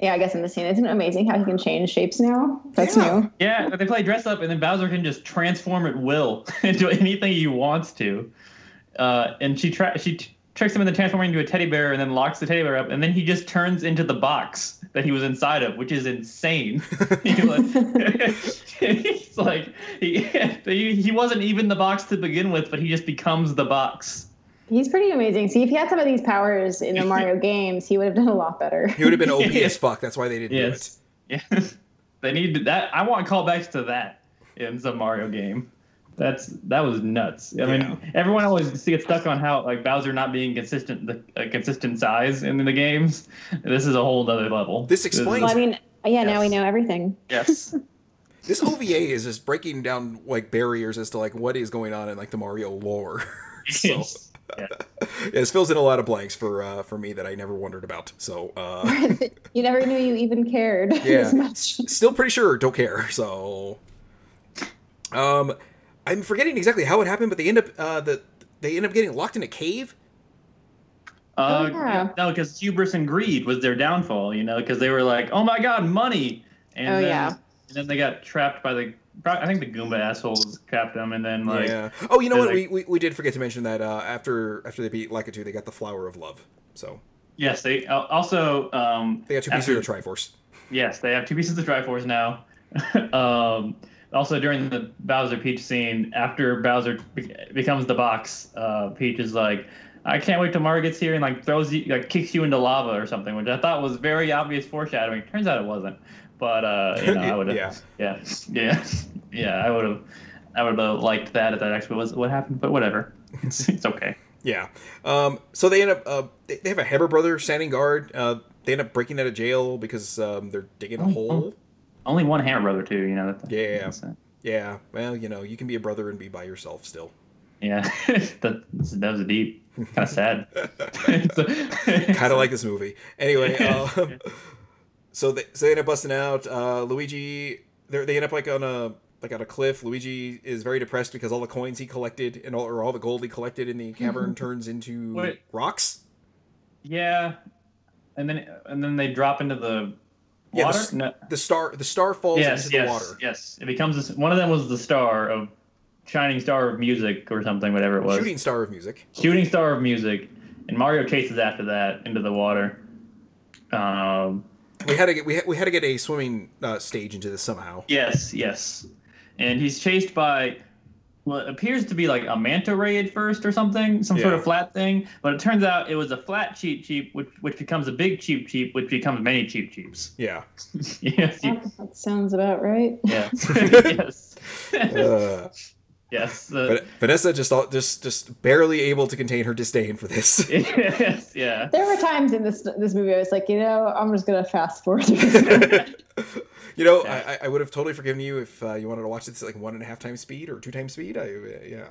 Speaker 2: yeah, I guess in the scene, isn't it amazing how he can change shapes now? That's
Speaker 1: Yeah.
Speaker 2: new.
Speaker 3: yeah, but they play dress up and then Bowser can just transform at will into anything he wants to. Uh, and she tra- she t- tricks him into transforming into a teddy bear and then locks the teddy bear up and then he just turns into the box that he was inside of, which is insane. He was- He's like he, he he wasn't even the box to begin with, but he just becomes the box.
Speaker 2: He's pretty amazing. See, if he had some of these powers in the Mario games, he would have done a lot better.
Speaker 1: He would have been OP as fuck. That's why they didn't
Speaker 3: Yes. Yeah. they need that. I want callbacks to that in some Mario game. That's that was nuts. I mean, everyone always gets stuck on how like Bowser not being consistent, the uh, consistent size in the games. This is a whole other level.
Speaker 1: This
Speaker 3: is-
Speaker 1: explains-
Speaker 2: Well, I mean, yeah, now we
Speaker 3: Yes.
Speaker 2: know everything.
Speaker 3: yes.
Speaker 1: do it. This OVA is just breaking down like barriers as to like what is going on in like the Mario lore. so
Speaker 3: Yes.
Speaker 1: yeah, this fills in a lot of blanks for uh, for me that I never wondered about. So uh,
Speaker 2: you never knew you even cared
Speaker 1: Yeah.
Speaker 2: as much.
Speaker 1: still pretty sure don't care so um i'm forgetting exactly how it happened but they end up uh the they end up getting locked in a cave
Speaker 3: Uh,
Speaker 2: Oh, yeah.
Speaker 3: No, because hubris and greed was their downfall, you know, because they were like, oh my god, money. And
Speaker 2: Oh,
Speaker 3: then,
Speaker 2: yeah.
Speaker 3: And then they got trapped by the, I think the Goomba assholes trapped them, and then, like,
Speaker 1: yeah oh you know
Speaker 3: they're
Speaker 1: what we, we we did forget to mention that uh after after they beat Lakitu, they got the flower of love so
Speaker 3: yes, they al- also, um,
Speaker 1: they got two
Speaker 3: After-
Speaker 1: pieces of the triforce
Speaker 3: yes, they have two pieces of Triforce now. um, also, during the Bowser Peach scene, after Bowser be- becomes the box, uh, Peach is like, I can't wait till Mario gets here and like throws you, like kicks you into lava or something, which I thought was very obvious foreshadowing. Turns out it wasn't, but uh, you know, I would have,
Speaker 1: Yeah.
Speaker 3: yeah, yeah, yeah, I would have, I would have liked that if that actually was what happened, but whatever, it's, it's okay.
Speaker 1: yeah um so they end up uh they, they have a Heber brother standing guard uh they end up breaking out of jail because um they're digging a
Speaker 3: Oh,
Speaker 1: hole
Speaker 3: Only one Hammer Brother too, you know. that-
Speaker 1: Yeah.
Speaker 3: that's it.
Speaker 1: yeah well you know you can be a brother and be by yourself still
Speaker 3: Yeah, that, that was deep. Kind of sad.
Speaker 1: kind of like this movie. Anyway, um, so they so they end up busting out. Uh, Luigi, they they end up like on a like on a cliff. Luigi is very depressed because all the coins he collected and all or all the gold he collected in the cavern turns into
Speaker 3: Wait.
Speaker 1: rocks.
Speaker 3: yeah, and then and then they drop into the water.
Speaker 1: Yeah, the s-
Speaker 3: no.
Speaker 1: The star the star falls
Speaker 3: Yes,
Speaker 1: into the
Speaker 3: yes,
Speaker 1: water.
Speaker 3: yes. It becomes this, one of them was the star of shining star of music or something, whatever it was.
Speaker 1: Shooting star of music.
Speaker 3: Shooting star of music, and Mario chases after that into the water. Um,
Speaker 1: we had to get we had, we had to get a swimming uh, stage into this somehow.
Speaker 3: Yes, yes. And he's chased by what appears to be like a manta ray at first or something, some sort
Speaker 1: Yeah.
Speaker 3: of flat thing. But it turns out it was a flat cheap cheap, which which becomes a big cheap cheap, which becomes many cheap cheeps.
Speaker 1: Yeah.
Speaker 3: yes,
Speaker 2: That, that sounds about right.
Speaker 3: yes, yes,
Speaker 1: Uh,
Speaker 3: yes. uh, the-
Speaker 1: but Vanessa just all- just just barely able to contain her disdain for this.
Speaker 3: yes, yeah.
Speaker 2: There were times in this this movie I was like, you know, I'm just gonna fast forward. through.
Speaker 1: You know,
Speaker 3: Yeah.
Speaker 1: I, I- I would have totally forgiven you if uh, you wanted to watch this at like one and a half times speed or two times speed. I uh, yeah.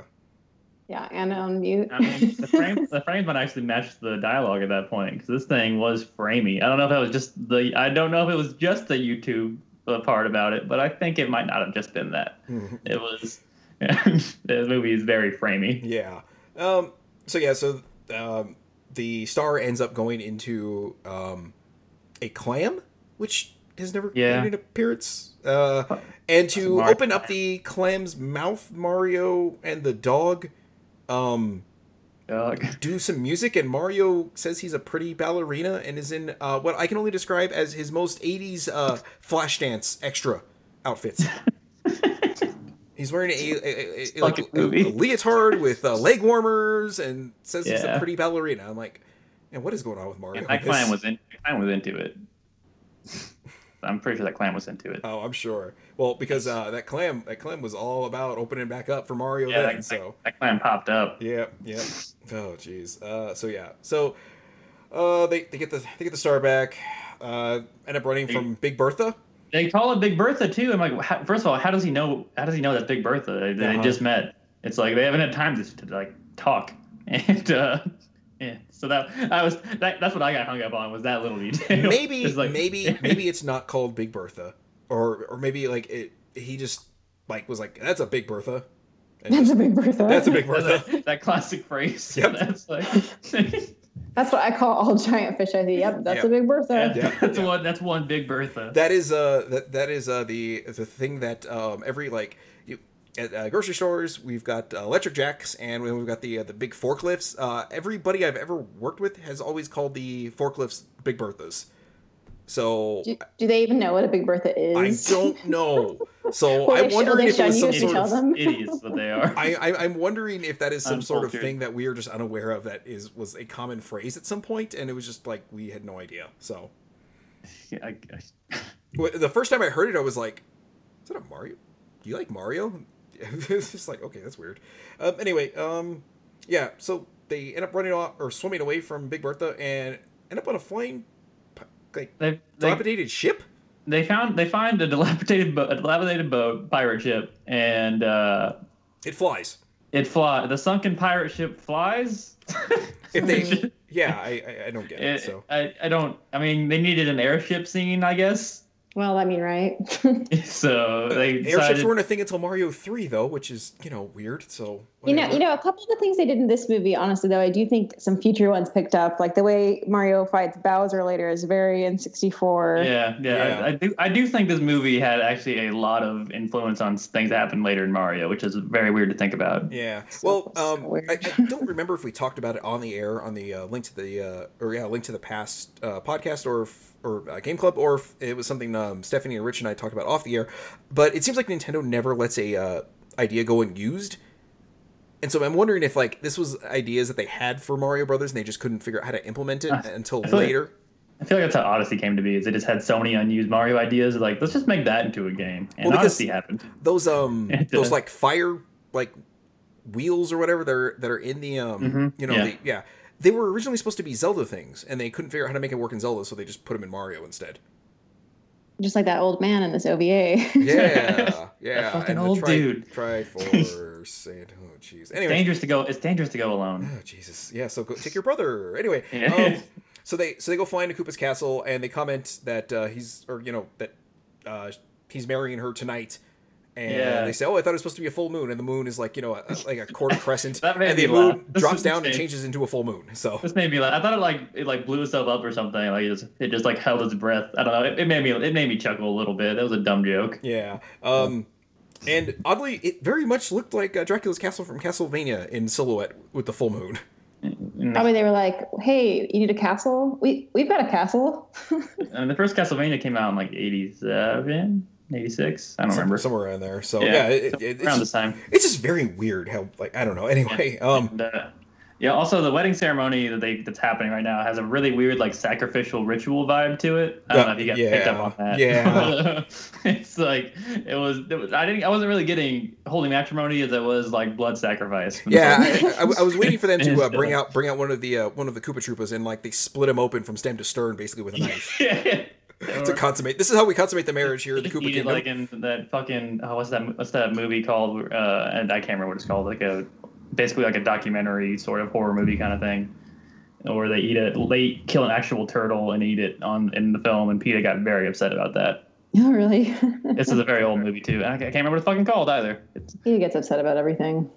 Speaker 2: yeah, and on mute.
Speaker 3: I mean, the frame the frame might actually match the dialogue at that point because this thing was framey. I don't know if that was just the I don't know if it was just the YouTube uh, part about it, but I think it might not have just been that.
Speaker 1: Mhm.
Speaker 3: It was the movie is very framey.
Speaker 1: Yeah. Um, so yeah, so um, the star ends up going into um, a clam, which has never
Speaker 3: Yeah.
Speaker 1: made an appearance. Uh, and to
Speaker 3: Mario
Speaker 1: open up the clam's mouth, Mario and the dog um,
Speaker 3: Dog.
Speaker 1: do some music, and Mario says he's a pretty ballerina and is in uh, what I can only describe as his most '80s uh, Flashdance extra outfits. He's wearing a, a, a- a- like
Speaker 3: Fucking
Speaker 1: a- a
Speaker 3: movie.
Speaker 1: leotard with uh, leg warmers and says he's a
Speaker 3: Yeah.
Speaker 1: pretty ballerina. I'm like, man, what is going on with Mario?
Speaker 3: And that
Speaker 1: This-
Speaker 3: clan was in. Clan was into it. I'm pretty sure that clan was into it.
Speaker 1: Oh, I'm sure. Well, because uh, that clam, that clam was all about opening back up for Mario.
Speaker 3: yeah,
Speaker 1: then,
Speaker 3: that,
Speaker 1: so
Speaker 3: that clan popped up.
Speaker 1: yeah, yeah. Oh, jeez. Uh, so yeah, so uh, they, they get the they get the star back. Uh, end up running from Big Bertha.
Speaker 3: They call it Big Bertha too. I'm like, how, first of all, how does he know? How does he know that's Big Bertha? They, they
Speaker 1: Uh-huh.
Speaker 3: just met. It's like they haven't had time to, to like talk. And uh, yeah, so that I was that, that's what I got hung up on was that little detail.
Speaker 1: Maybe
Speaker 3: It's like-
Speaker 1: maybe maybe it's not called Big Bertha, or or maybe like it. He just like was like that's a Big Bertha. And
Speaker 2: That's
Speaker 1: just-
Speaker 2: a big Bertha.
Speaker 1: That's a big Bertha.
Speaker 3: that, that classic phrase.
Speaker 1: Yep.
Speaker 3: That's like
Speaker 2: That's what I call all giant fish. I think, yep, that's a big Bertha.
Speaker 1: Yeah.
Speaker 3: that's one that's one Big Bertha.
Speaker 1: That is uh that that is uh the the thing that um every like you at uh, grocery stores we've got uh, electric jacks and when we've got the uh, the big forklifts. Uh, everybody I've ever worked with has always called the forklifts Big Berthas. So
Speaker 2: Do, do they even know what a big Bertha
Speaker 1: I
Speaker 2: is?
Speaker 1: don't know. So
Speaker 2: Will
Speaker 1: I'm
Speaker 2: they sh-
Speaker 1: wondering
Speaker 2: will
Speaker 1: if
Speaker 2: they
Speaker 1: it was some
Speaker 2: shun you
Speaker 1: sort
Speaker 2: tell
Speaker 1: of.
Speaker 2: them?
Speaker 3: Idiots that they are.
Speaker 1: I, I, I'm wondering if that is some sort of
Speaker 3: Uncultured.
Speaker 1: thing that we are just unaware of that is was a common phrase at some point, and it was just like we had no idea. So
Speaker 3: Yeah, I, I,
Speaker 1: Wh- The first time I heard it, I was like, "Is that a Mario? Do you like Mario?" it's just like, okay, that's weird. Um, anyway, um, yeah. So they end up running off or swimming away from Big Bertha and end up on a flying, p- like
Speaker 3: they, they,
Speaker 1: dilapidated ship.
Speaker 3: they found they find a dilapidated boat, a dilapidated boat pirate ship, and uh,
Speaker 1: It flies.
Speaker 3: it flies. The sunken pirate ship flies.
Speaker 1: If they,
Speaker 3: Which-
Speaker 1: yeah, I, I, I don't get it.
Speaker 3: it-
Speaker 1: So
Speaker 3: I, I don't. I mean, they needed an airship scene, I guess.
Speaker 2: Well, I mean, right?
Speaker 3: So they
Speaker 1: airships
Speaker 3: decided.
Speaker 1: weren't a thing until Mario three, though, which is you know weird. So
Speaker 2: you know,
Speaker 1: whatever.
Speaker 2: you know, a couple of the things they did in this movie, honestly, though, I do think some future ones picked up, like the way Mario fights Bowser later is very in '64.
Speaker 3: yeah, yeah.
Speaker 1: Yeah.
Speaker 3: I, I do. I do think this movie had actually a lot of influence on things that happened later in Mario, which is very weird to think about.
Speaker 1: Yeah. Well,
Speaker 2: So- so
Speaker 1: um, I,
Speaker 2: weird.
Speaker 1: I don't remember if we talked about it on the air on the uh, link to the uh, or yeah, link to the past uh, podcast or if, or uh, game club or if it was something um, Stephanie and Rich and I talked about off the air. But it seems like Nintendo never lets a uh, idea go unused. And so I'm wondering if like this was ideas that they had for Mario Brothers and they just couldn't figure out how to implement it
Speaker 3: Ah,
Speaker 1: until
Speaker 3: I feel like-
Speaker 1: later.
Speaker 3: I feel like that's how Odyssey came to be. Is they just had so many unused Mario ideas. Like, let's just make that into a game, and
Speaker 1: Well, because-
Speaker 3: Odyssey happened.
Speaker 1: Those um
Speaker 3: It
Speaker 1: those
Speaker 3: does.
Speaker 1: like fire like wheels or whatever that are that are in the um
Speaker 3: Mhm.
Speaker 1: you know
Speaker 3: Yeah.
Speaker 1: The, yeah they were originally supposed to be Zelda things and they couldn't figure out how to make it work in Zelda so they just put them in Mario instead.
Speaker 2: Just like that old man in this OVA.
Speaker 1: Yeah, yeah.
Speaker 3: fucking
Speaker 1: and the
Speaker 3: old
Speaker 1: tri-
Speaker 3: dude.
Speaker 1: Triforce and oh jeez.
Speaker 3: It's
Speaker 1: Anyway,
Speaker 3: dangerous to go. It's dangerous to go alone.
Speaker 1: oh, Jesus. Yeah. So go take your brother. Anyway,
Speaker 3: Yeah.
Speaker 1: um, so they so they go flying to Koopa's castle and they comment that uh, he's or you know that uh, he's marrying her tonight. And
Speaker 3: Yeah.
Speaker 1: they say, "Oh, I thought it was supposed to be a full moon," and the moon is like you know a, like a quarter crescent,
Speaker 3: That made
Speaker 1: and the
Speaker 3: me laugh.
Speaker 1: moon
Speaker 3: This
Speaker 1: drops
Speaker 3: is
Speaker 1: down and
Speaker 3: insane.
Speaker 1: changes into a full moon. So
Speaker 3: This made me laugh. I thought it like it like blew itself up or something. Like it just, it just like held its breath. I don't know. It, it made me it made me chuckle a little bit. That was a dumb joke.
Speaker 1: yeah, um, and oddly, it very much looked like uh, Dracula's castle from Castlevania in silhouette with the full moon.
Speaker 3: And
Speaker 2: Probably they were like, "Hey, you need a castle? We we've got a castle."
Speaker 3: And the first Castlevania came out in like 87, 86. I don't
Speaker 1: Some-
Speaker 3: remember.
Speaker 1: somewhere around there. So yeah,
Speaker 3: Yeah,
Speaker 1: it, it,
Speaker 3: around
Speaker 1: it's,
Speaker 3: this time.
Speaker 1: it's just very weird how like I don't know. Anyway, um,
Speaker 3: And, uh, yeah. Also, the wedding ceremony that they that's happening right now has a really weird like sacrificial ritual vibe to it. I don't know if you guys picked up on that.
Speaker 1: Yeah.
Speaker 3: it's like it was, it was. I didn't. I wasn't really getting holy matrimony as it was like blood sacrifice. And
Speaker 1: yeah,
Speaker 3: so-
Speaker 1: I, I, I was waiting for them to uh,
Speaker 3: It's, uh,
Speaker 1: bring out bring out one of the uh, one of the Koopa Troopas and like they split him open from stem to stern basically with a knife
Speaker 3: yeah.
Speaker 1: to consummate. This is how we consummate the marriage here in the Koopa
Speaker 3: He did,
Speaker 1: Kingdom.
Speaker 3: like in that fucking oh, what's that what's that movie called? Uh, and I can't remember what it's called. Like a basically like a documentary sort of horror movie kind of thing, where they eat a they kill an actual turtle and eat it on in the film. And Peter got very upset about that.
Speaker 2: Oh, really?
Speaker 3: This is a very old movie too. And I, I can't remember what it's fucking called either. It's,
Speaker 2: he gets upset about everything.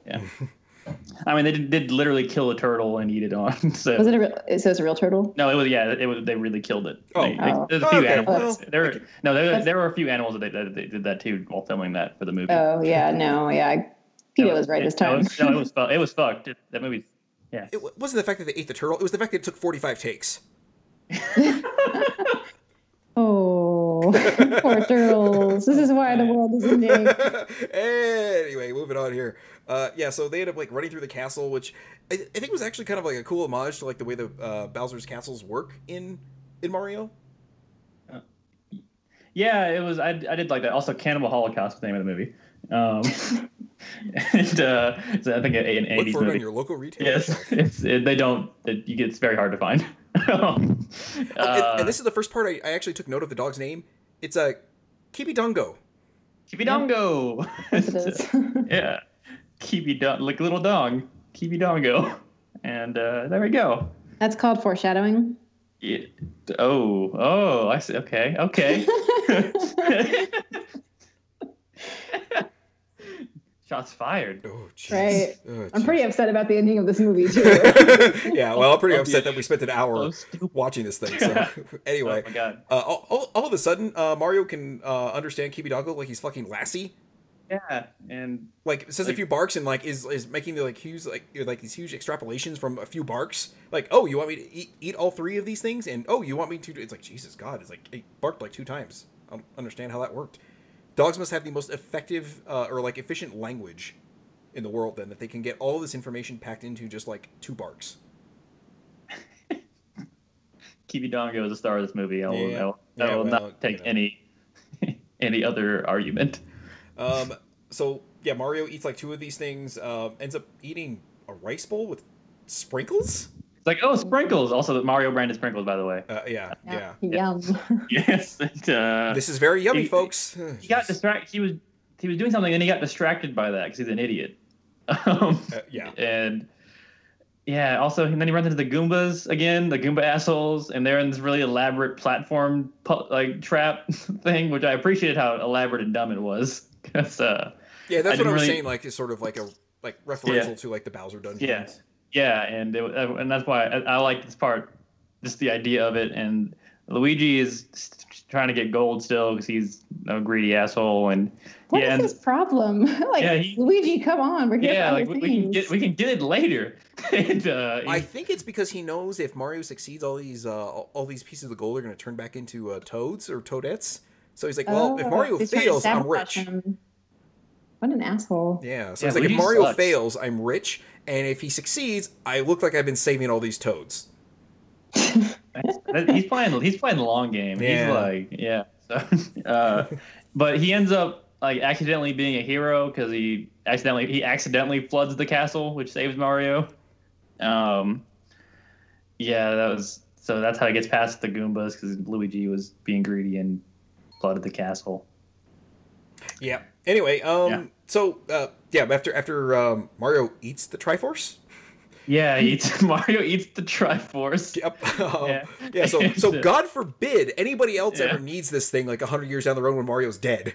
Speaker 3: I mean, they did, did literally kill a turtle and eat it on. So
Speaker 2: Was it a real? So it's a real turtle.
Speaker 3: No, it was yeah. It was, they really killed it.
Speaker 1: Oh.
Speaker 3: They- they-
Speaker 2: Oh.
Speaker 3: there's a few
Speaker 1: Okay,
Speaker 3: animals.
Speaker 1: well,
Speaker 3: there,
Speaker 1: okay.
Speaker 3: no, there,
Speaker 2: That's-
Speaker 3: there were a few animals that they, that they did that too while filming that for the movie.
Speaker 2: Oh yeah, no, yeah. I- Peter
Speaker 3: No,
Speaker 2: was right
Speaker 3: it-
Speaker 2: this
Speaker 3: No, it
Speaker 2: time.
Speaker 3: was, no, it was fu- it was fucked. It- that movie.
Speaker 1: It w- wasn't the fact that they ate the turtle; it was the fact that it took forty five takes.
Speaker 2: Oh, poor turtles. This is why the world is ending.
Speaker 1: anyway, moving on here. Uh, yeah, so they end up like running through the castle, which I, I think was actually kind of like a cool homage to like the way the uh, Bowser's castles work in in Mario.
Speaker 3: Yeah, it was. I, I did like that. Also, Cannibal Holocaust was the name of the movie. Um, and uh, so I think a- an
Speaker 1: Look
Speaker 3: eighties
Speaker 1: for it on
Speaker 3: movie.
Speaker 1: your local retail. shelf.
Speaker 3: Yes, it's, it, they don't. It, you get, it's very hard to find. um,
Speaker 1: Oh, and- and,
Speaker 3: uh,
Speaker 1: this is the first part I, I actually took note of the dog's name. It's a uh, Kibidongo.
Speaker 3: Kibidongo.
Speaker 2: Yes, it is.
Speaker 3: Yeah. Kiwi dong, like little dong, Kiwi dongo, and uh, there we go.
Speaker 2: That's called foreshadowing.
Speaker 3: Yeah. Oh, oh, I see. Okay, okay. Shots fired.
Speaker 1: Oh, jeez.
Speaker 2: Right.
Speaker 1: Oh,
Speaker 2: I'm
Speaker 1: jeez.
Speaker 2: pretty upset about the ending of this movie too.
Speaker 1: yeah, well, I'm pretty
Speaker 3: Oh,
Speaker 1: upset
Speaker 3: yeah.
Speaker 1: that we spent an hour
Speaker 3: So stupid.
Speaker 1: watching this thing. So, anyway,
Speaker 3: Oh my god.
Speaker 1: uh, all, all, all of a sudden, uh, Mario can uh, understand Kibidongo like he's fucking Lassie.
Speaker 3: Yeah, and
Speaker 1: Like says a
Speaker 3: Like-
Speaker 1: few barks and like is is making the like huge like you know, like these huge extrapolations from a few barks. Like, oh, you want me to eat, eat all three of these things, and oh, you want me to? do-" It's like Jesus God. It's like it barked like two times. I don't understand how that worked. Dogs must have the most effective uh, or like efficient language in the world. Then that they can get all this information packed into just like two barks.
Speaker 3: Kiwi dongo is the star of this movie. I will,
Speaker 1: Yeah.
Speaker 3: I will, I
Speaker 1: Yeah,
Speaker 3: will
Speaker 1: well,
Speaker 3: not take
Speaker 1: you know.
Speaker 3: any any other argument.
Speaker 1: Um, so yeah, Mario eats like two of these things. Um, ends up eating a rice bowl with sprinkles.
Speaker 3: It's like oh, sprinkles. Also, the Mario brand is sprinkles, by the way.
Speaker 1: Uh, yeah, yeah,
Speaker 2: Yum.
Speaker 3: Yes. and, uh,
Speaker 1: This is very yummy,
Speaker 3: He-
Speaker 1: folks. Oh,
Speaker 3: he got
Speaker 1: jeez.
Speaker 3: distracted. He was he was doing something, and he got distracted by that because he's an idiot. Um,
Speaker 1: Uh, yeah.
Speaker 3: and yeah, also, and then he runs into the Goombas again, the Goomba assholes, and they're in this really elaborate platform pu- like trap thing, which I appreciated how elaborate and dumb it was. 'Cause, uh,
Speaker 1: Yeah, that's
Speaker 3: I
Speaker 1: what I
Speaker 3: didn't
Speaker 1: was
Speaker 3: really-
Speaker 1: saying. Like, it's sort of like a like referential to like the Bowser dungeon.
Speaker 3: Yeah. yeah, and it, uh, and that's why I, I like this part, just the idea of it. And Luigi is s- trying to get gold still because he's a greedy asshole, and
Speaker 2: What is
Speaker 3: yeah, and-
Speaker 2: his problem? like
Speaker 3: Yeah, he-
Speaker 2: Luigi, come on, we're here.
Speaker 3: yeah,
Speaker 2: for
Speaker 3: like
Speaker 2: other
Speaker 3: we, we can
Speaker 2: things.
Speaker 3: get we can get it later. and, uh,
Speaker 1: I think it's because he knows if Mario succeeds, all these uh, all all these pieces of gold are going to turn back into uh, toads or toadettes. So he's like, well, if
Speaker 2: Oh,
Speaker 1: Mario
Speaker 2: he's trying to
Speaker 1: fails, I'm
Speaker 2: sabotage
Speaker 1: rich.
Speaker 2: him. What an asshole.
Speaker 1: Yeah. So
Speaker 3: Yeah,
Speaker 1: he's like, if
Speaker 3: Luigi
Speaker 1: Mario
Speaker 3: sucks.
Speaker 1: fails, I'm rich, and if he succeeds, I look like I've been saving all these toads.
Speaker 3: he's playing he's playing the long game.
Speaker 1: Yeah.
Speaker 3: He's like, yeah. So, uh, but he ends up like accidentally being a hero because he accidentally he accidentally floods the castle, which saves Mario. Um, yeah, that was so that's how he gets past the Goombas because Luigi was being greedy and flooded the castle.
Speaker 1: Yeah. Anyway, um,
Speaker 3: Yeah.
Speaker 1: so uh, yeah, after after um, Mario eats the Triforce.
Speaker 3: Yeah, he eats, Mario eats the Triforce.
Speaker 1: Yep. Um, yeah.
Speaker 3: Yeah.
Speaker 1: So so
Speaker 3: Yeah.
Speaker 1: God forbid anybody else
Speaker 3: Yeah.
Speaker 1: ever needs this thing like hundred years down the road when Mario's dead.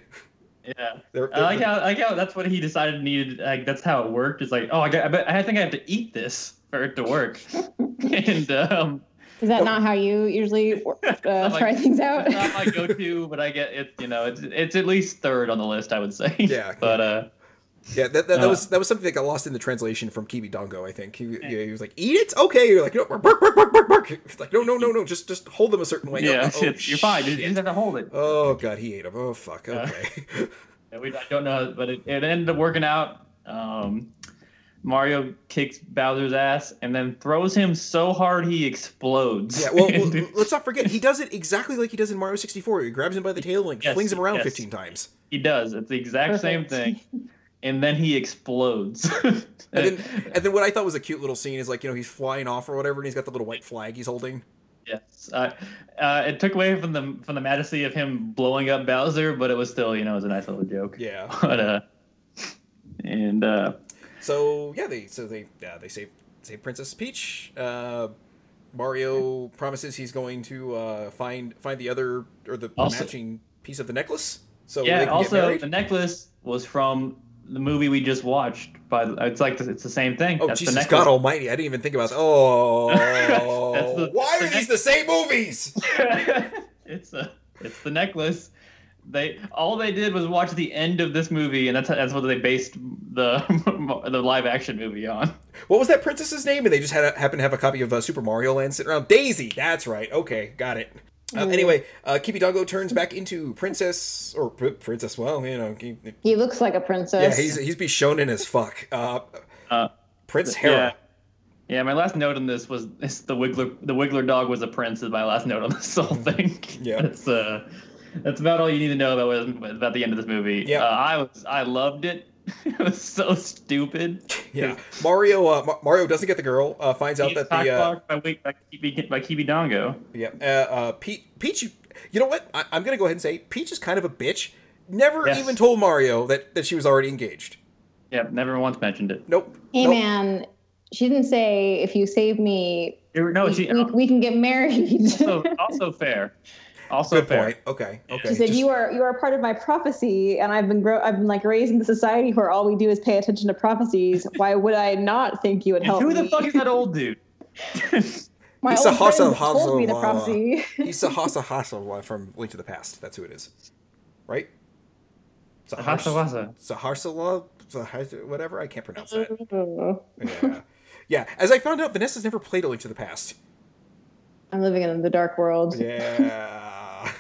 Speaker 3: Oh, Yeah.
Speaker 1: They're-
Speaker 3: I like
Speaker 1: they're-
Speaker 3: how I like how that's what he decided needed. Like that's how it worked. It's like, oh, I, got, I, bet, I think I have to eat this for it to work. and um,
Speaker 2: Is that not how you usually uh,
Speaker 3: like-
Speaker 2: try things out?
Speaker 3: it's not my go-to, but I get it. You know, it's it's at least third on the list, I would say.
Speaker 1: Yeah.
Speaker 3: but uh,
Speaker 1: Yeah, that, that, that was that was something that got lost in the translation from Kibi Dongo. I think he, yeah, he was like, "Eat it, okay." You're like, "No, bark, bark, bark, bark, bark." It's like, no, no, no, no, just just hold them a certain way.
Speaker 3: yeah,
Speaker 1: oh, oh,
Speaker 3: shit, you're fine. Uh, You
Speaker 1: shit.
Speaker 3: didn't have to hold it.
Speaker 1: Oh god, he ate them. Oh fuck. Okay.
Speaker 3: Yeah, we, I don't know, but it, it ended up working out. Um, Mario kicks Bowser's ass and then throws him so hard he explodes.
Speaker 1: yeah. Well,
Speaker 3: And-
Speaker 1: well, let's not forget he does it exactly like he does in Mario 64. He grabs him by the tail and
Speaker 3: Yes,
Speaker 1: flings him around
Speaker 3: yes.
Speaker 1: 15 times.
Speaker 3: he does. It's the exact same thing.
Speaker 2: Perfect.
Speaker 3: And then he explodes. Uh,
Speaker 1: And then, and then what I thought was a cute little scene is like you know he's flying off or whatever, and he's got the little white flag he's holding.
Speaker 3: yes, uh, uh, it took away from the from the majesty of him blowing up Bowser, but it was still, you know, it was a nice little joke.
Speaker 1: Yeah.
Speaker 3: But uh, and uh,
Speaker 1: So yeah, they so they uh, they save save Princess Peach. Uh, Mario promises he's going to uh, find find the other or the, the
Speaker 3: Also-
Speaker 1: matching piece of the necklace. So they
Speaker 3: yeah,
Speaker 1: can get
Speaker 3: also
Speaker 1: married.
Speaker 3: the necklace was from the movie we just watched. By the, it's like the, it's the same thing.
Speaker 1: Oh
Speaker 3: That's the
Speaker 1: Jesus
Speaker 3: necklace.
Speaker 1: God Almighty! I didn't even think about that. Oh,
Speaker 3: That's the-
Speaker 1: why are
Speaker 3: the
Speaker 1: these the same movies?
Speaker 3: it's a, it's the necklace. They all they did was watch the end of this movie, and that's that's what they based the the live action movie on.
Speaker 1: What was that princess's name? And they just had a, happened to have a copy of uh, Super Mario Land sitting around. Daisy. That's right. Okay, got it. Um,
Speaker 2: Ooh.
Speaker 1: anyway, uh, Kibidongo turns back into princess or pr- princess. Well, you know, he-
Speaker 2: He looks like a
Speaker 1: Yeah,
Speaker 2: princess.
Speaker 1: he's he's be shown in as fuck. Uh,
Speaker 3: Uh,
Speaker 1: Prince
Speaker 3: yeah.
Speaker 1: Hera.
Speaker 3: Yeah, my last note on this was is the Wiggler the Wiggler dog was a prince is my last note on this whole thing.
Speaker 1: Mm-hmm. Yeah.
Speaker 3: that's uh, that's about all you need to know about what- about the end of this movie.
Speaker 1: Yeah.
Speaker 3: uh, I was I loved it. it was so stupid.
Speaker 1: Yeah. Mario. Uh, Ma- Mario doesn't get the girl. Uh, finds out
Speaker 3: He's
Speaker 1: that the uh,
Speaker 3: cock-blocked by, Wig- by, Kibi, by Kibi Dongo.
Speaker 1: yeah uh, uh, Pe- Peach. You know what? I- I'm gonna go ahead and say Peach is kind of a bitch. Never
Speaker 3: Yes.
Speaker 1: even told Mario that that she was already engaged.
Speaker 3: Yeah, never once mentioned it.
Speaker 1: Nope.
Speaker 2: hey
Speaker 1: nope.
Speaker 2: man, she didn't say if you save me,
Speaker 3: There were- No,
Speaker 2: we,
Speaker 3: she, um, Oh,
Speaker 2: we, we can get married.
Speaker 3: also, also fair. Also
Speaker 1: Good
Speaker 3: fair.
Speaker 1: point. Okay. Okay.
Speaker 2: She said,
Speaker 1: Just-
Speaker 2: "You are you are a part of my prophecy, and I've been grow I've been like raised in the society where all we do is pay attention to prophecies. Why would I not think you would
Speaker 3: And
Speaker 2: help
Speaker 3: who the
Speaker 2: me?
Speaker 3: fuck is that old dude?
Speaker 2: My
Speaker 1: He's
Speaker 2: old
Speaker 1: a Hoss
Speaker 2: friend
Speaker 1: of Hoss
Speaker 2: told me
Speaker 1: of uh,
Speaker 2: the
Speaker 1: Lava.
Speaker 2: prophecy.
Speaker 1: He's Sahasa Hasa from Link to the Past. That's who it is, right?
Speaker 3: Hasa
Speaker 1: Sahars-
Speaker 3: Wasa.
Speaker 1: Saharsala, Sahars- whatever. I can't pronounce that.
Speaker 2: Oh,
Speaker 1: Yeah. yeah. As I found out, Vanessa's never played A Link to the Past.
Speaker 2: I'm living in the dark world.
Speaker 1: Yeah.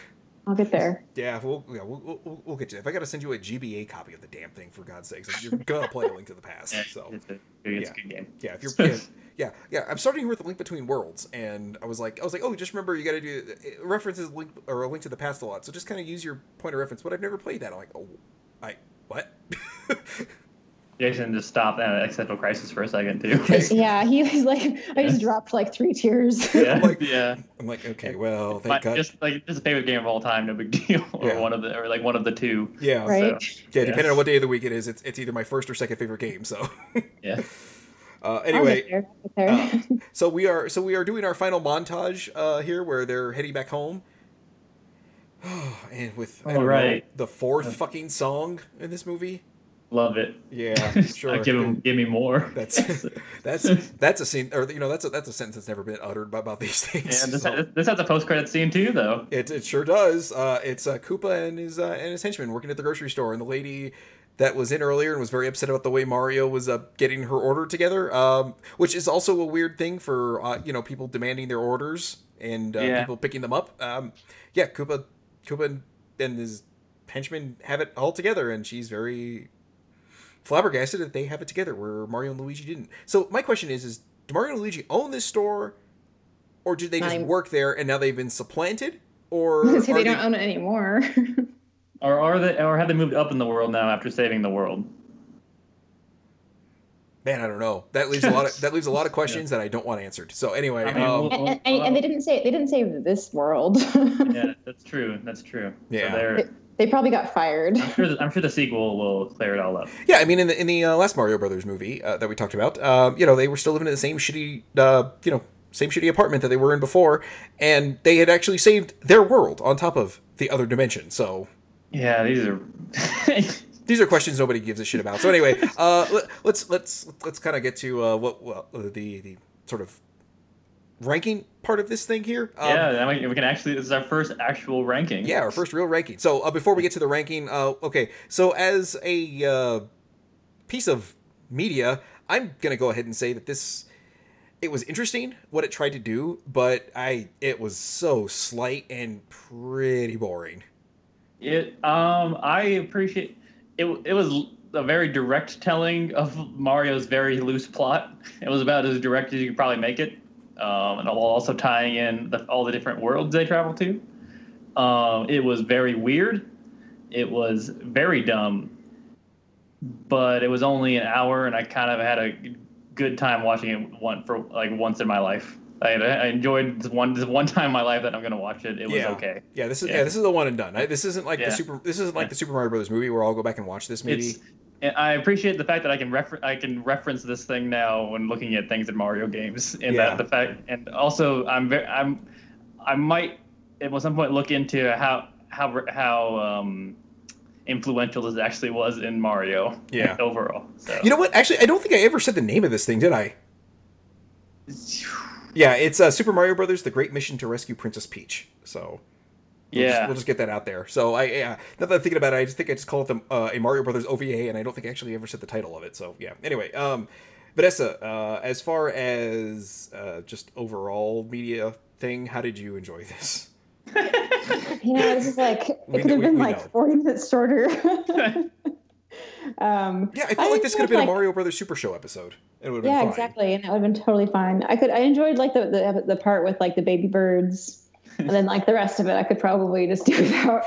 Speaker 2: I'll get there.
Speaker 1: Yeah, we'll, yeah we'll, we'll- we'll, we'll get you. If I got to send you a GBA copy of the damn thing, for God's sakes, like, you're gonna play A Link to the Past.
Speaker 3: Yeah,
Speaker 1: So
Speaker 3: it's, a, it's a good game.
Speaker 1: yeah, if you're yeah, yeah, yeah, I'm starting here with the Link Between Worlds, and I was like, I was like, oh, just remember you got to do it references Link or A Link to the Past a lot, so just kind of use your point of reference. But I've never played that. I'm like, oh, I what?
Speaker 3: Jason just stopped at existential crisis for a second too.
Speaker 2: Yeah, he was like, I just dropped like three tears.
Speaker 3: yeah,
Speaker 1: Like,
Speaker 3: yeah.
Speaker 1: I'm like, okay, well,
Speaker 3: My,
Speaker 1: thank God.
Speaker 3: just like just a favorite game of all time, no big deal, or
Speaker 1: Yeah.
Speaker 3: one of the or like one of the two.
Speaker 1: yeah,
Speaker 2: Right.
Speaker 1: yeah. Depending on what day of the week it is, it's, it's either my first or second favorite game. So
Speaker 3: Yeah.
Speaker 1: uh,
Speaker 2: I'll
Speaker 1: anyway. uh,
Speaker 2: get there. I'll get there.
Speaker 1: So we are so we are doing our final montage uh, here, where they're heading back home, and with I
Speaker 3: All
Speaker 1: don't know,
Speaker 3: right.
Speaker 1: the fourth fucking song in this movie.
Speaker 3: Love it.
Speaker 1: Yeah, sure.
Speaker 3: give him, give me more.
Speaker 1: That's that's that's a scene, or you know, that's a that's a sentence that's never been uttered by, about these things.
Speaker 3: And this,
Speaker 1: so-
Speaker 3: this has a post credit scene too, though.
Speaker 1: It, it sure does. Uh, it's uh, Koopa and his uh, and his henchman working at the grocery store, and the lady that was in earlier and was very upset about the way Mario was uh, getting her order together, um, which is also a weird thing for uh, you know people demanding their orders and uh,
Speaker 3: Yeah.
Speaker 1: people picking them up. Um, yeah, Koopa, Koopa and, and his henchman have it all together, and she's very flabbergasted that they have it together where Mario and Luigi didn't. So my question is: Is do Mario and Luigi own this store, or did they just
Speaker 2: Nine.
Speaker 1: work there and now they've been supplanted? Or
Speaker 2: So
Speaker 1: are
Speaker 2: they don't own it anymore.
Speaker 3: Or are they, or have they moved up in the world now after saving the world?
Speaker 1: man, I don't know. That leaves a lot of that leaves a lot of questions that I don't want answered. So anyway,
Speaker 3: I mean,
Speaker 1: um,
Speaker 3: we'll- uh,
Speaker 2: and, and, and, and they didn't say they didn't save this world.
Speaker 3: Yeah, that's true. That's true.
Speaker 1: Yeah.
Speaker 3: So they're-
Speaker 2: they probably got fired.
Speaker 3: I'm sure, the, I'm sure the sequel will clear it all up.
Speaker 1: yeah, I mean, in the in the uh, last Mario Brothers movie uh, that we talked about, um, you know, they were still living in the same shitty, uh, you know, same shitty apartment that they were in before, and they had actually saved their world on top of the other dimension. So
Speaker 3: Yeah, these are.
Speaker 1: these are questions nobody gives a shit about. So anyway, uh, let, let's let's let's kind of get to uh, what well, uh, the the sort of ranking part of this thing here. Um,
Speaker 3: yeah, now we, we can actually. This is our first actual ranking.
Speaker 1: yeah, our first real ranking. So uh, before we get to the ranking, uh, okay, so as a uh, piece of media, I'm gonna go ahead and say that this it was interesting what it tried to do, but I it was so slight and pretty boring.
Speaker 3: It um I appreciate it it was a very direct telling of Mario's very loose plot. It was about as direct as you could probably make it. Um, and while also tying in the, all the different worlds they travel to. Um, it was very weird. It was very dumb. But it was only an hour, and I kind of had a good time watching it one for like once in my life. I, I enjoyed this one this one time in my life that I'm gonna watch it. It was
Speaker 1: yeah.
Speaker 3: okay.
Speaker 1: Yeah, this is yeah.
Speaker 3: Yeah.
Speaker 1: this is the one and done. I, this isn't like
Speaker 3: Yeah.
Speaker 1: the super. This isn't like
Speaker 3: Yeah.
Speaker 1: the Super Mario Brothers movie where I'll go back and watch this maybe.
Speaker 3: It's and I appreciate the fact that I can refer I can reference this thing now when looking at things in Mario games, and
Speaker 1: Yeah.
Speaker 3: that the fact and also I'm very I'm I might at some point look into how how how um, influential this actually was in Mario.
Speaker 1: Yeah.
Speaker 3: Overall. So.
Speaker 1: You know what? Actually, I don't think I ever said the name of this thing, did I? Yeah, it's uh, Super Mario Brothers: The Great Mission to Rescue Princess Peach. So we'll
Speaker 3: yeah.
Speaker 1: just, we'll just get that out there. So I yeah, now that I'm thinking about it, I just think I just call it the uh, a Mario Brothers OVA, and I don't think I actually ever said the title of it. So yeah. Anyway, um, Vanessa, uh, as far as uh, just overall media thing, how did you enjoy this?
Speaker 2: You know, this is like it
Speaker 1: We
Speaker 2: could have
Speaker 1: know- we-
Speaker 2: been
Speaker 1: we
Speaker 2: like
Speaker 1: know.
Speaker 2: forty minutes shorter. um,
Speaker 1: Yeah, I
Speaker 2: I
Speaker 1: felt like this could have been
Speaker 2: enjoyed,
Speaker 1: a
Speaker 2: like-
Speaker 1: Mario Brothers Super Show episode. It would have been
Speaker 2: yeah,
Speaker 1: fine.
Speaker 2: exactly, and that would have been totally fine. I could I enjoyed like the the, the part with like the baby birds, and then like the rest of it I could probably just do without.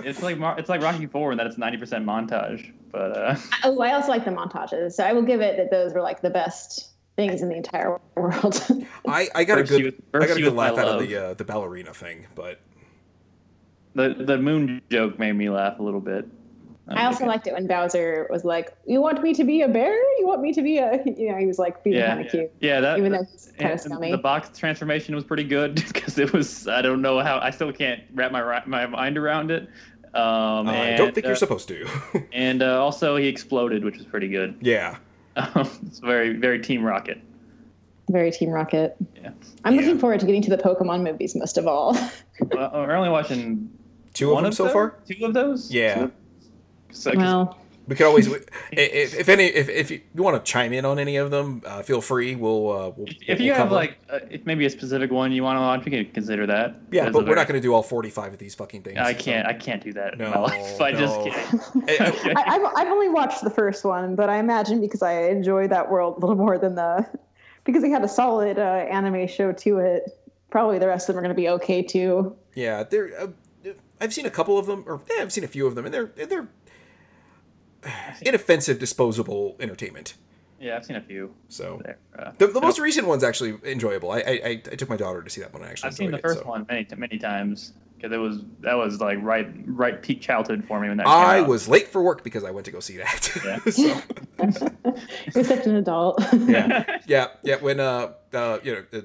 Speaker 3: it's like Mar- it's like Rocky Four in that it's ninety percent montage, but uh,
Speaker 2: oh, I also like the montages, so I will give it that those were like the best things in the entire world.
Speaker 1: I, I got a
Speaker 3: First
Speaker 1: good
Speaker 3: you with-
Speaker 1: I
Speaker 3: first
Speaker 1: got a
Speaker 3: you
Speaker 1: good
Speaker 3: with my
Speaker 1: laugh out of
Speaker 3: love.
Speaker 1: the uh, the ballerina thing, but
Speaker 3: the the moon joke made me laugh a little bit.
Speaker 2: I also liked it when Bowser was like, "You want me to be a bear? You want me to be a?" You know, he was like being
Speaker 3: yeah,
Speaker 2: kind of cute,
Speaker 3: yeah, that
Speaker 2: even though he's kind
Speaker 3: And
Speaker 2: of scummy.
Speaker 3: The box transformation was pretty good because it was I don't know how I still can't wrap my ri- my mind around it. Um,
Speaker 1: I
Speaker 3: and,
Speaker 1: don't think you're
Speaker 3: uh,
Speaker 1: supposed to.
Speaker 3: and uh, also he exploded, which was pretty good.
Speaker 1: yeah.
Speaker 3: Um, it's very very Team Rocket.
Speaker 2: Very Team Rocket.
Speaker 3: Yeah.
Speaker 2: I'm
Speaker 1: Yeah.
Speaker 2: looking forward to getting to the Pokemon movies most of all.
Speaker 3: well, uh, we're only watching
Speaker 1: Two of
Speaker 3: one
Speaker 1: them so far?
Speaker 3: Two of those.
Speaker 1: Yeah.
Speaker 3: Two? So 'cause
Speaker 2: well,
Speaker 1: We could always, we- i- if, if any, if, if you want to chime in on any of them, uh, feel free. We'll, uh, we'll
Speaker 3: if,
Speaker 1: we'll
Speaker 3: if you have
Speaker 1: cover 'em.
Speaker 3: like uh, if maybe a specific one you want to watch, we can consider that.
Speaker 1: yeah,
Speaker 3: That's
Speaker 1: but
Speaker 3: a
Speaker 1: we're
Speaker 3: very-
Speaker 1: not going to do all forty-five of these fucking things.
Speaker 3: I can't. I can't do that. in my
Speaker 1: No,
Speaker 3: life. I just
Speaker 1: no.
Speaker 3: can't.
Speaker 1: Eh, eh,
Speaker 2: I, I've, I've only watched the first one, but I imagine because I enjoy that world a little more than the because they had a solid uh, anime show to it. Probably the rest of them are going to be okay too.
Speaker 1: Yeah, they're. Uh, I've seen a couple of them, or eh, I've seen a few of them, and they're they're inoffensive, disposable entertainment.
Speaker 3: Yeah, I've seen a few.
Speaker 1: So
Speaker 3: There. Uh,
Speaker 1: the, the most recent one's actually enjoyable. I, I I I took my daughter to see that one. and I actually
Speaker 3: I've seen the
Speaker 1: enjoyed
Speaker 3: first
Speaker 1: it, so.
Speaker 3: one many many times because it was that was like right right peak childhood for me when that.
Speaker 1: I
Speaker 3: came out.
Speaker 1: was late for work because I went to go see that.
Speaker 3: Yeah.
Speaker 1: so,
Speaker 2: You're such an adult.
Speaker 1: yeah, yeah, yeah. When uh, uh you know,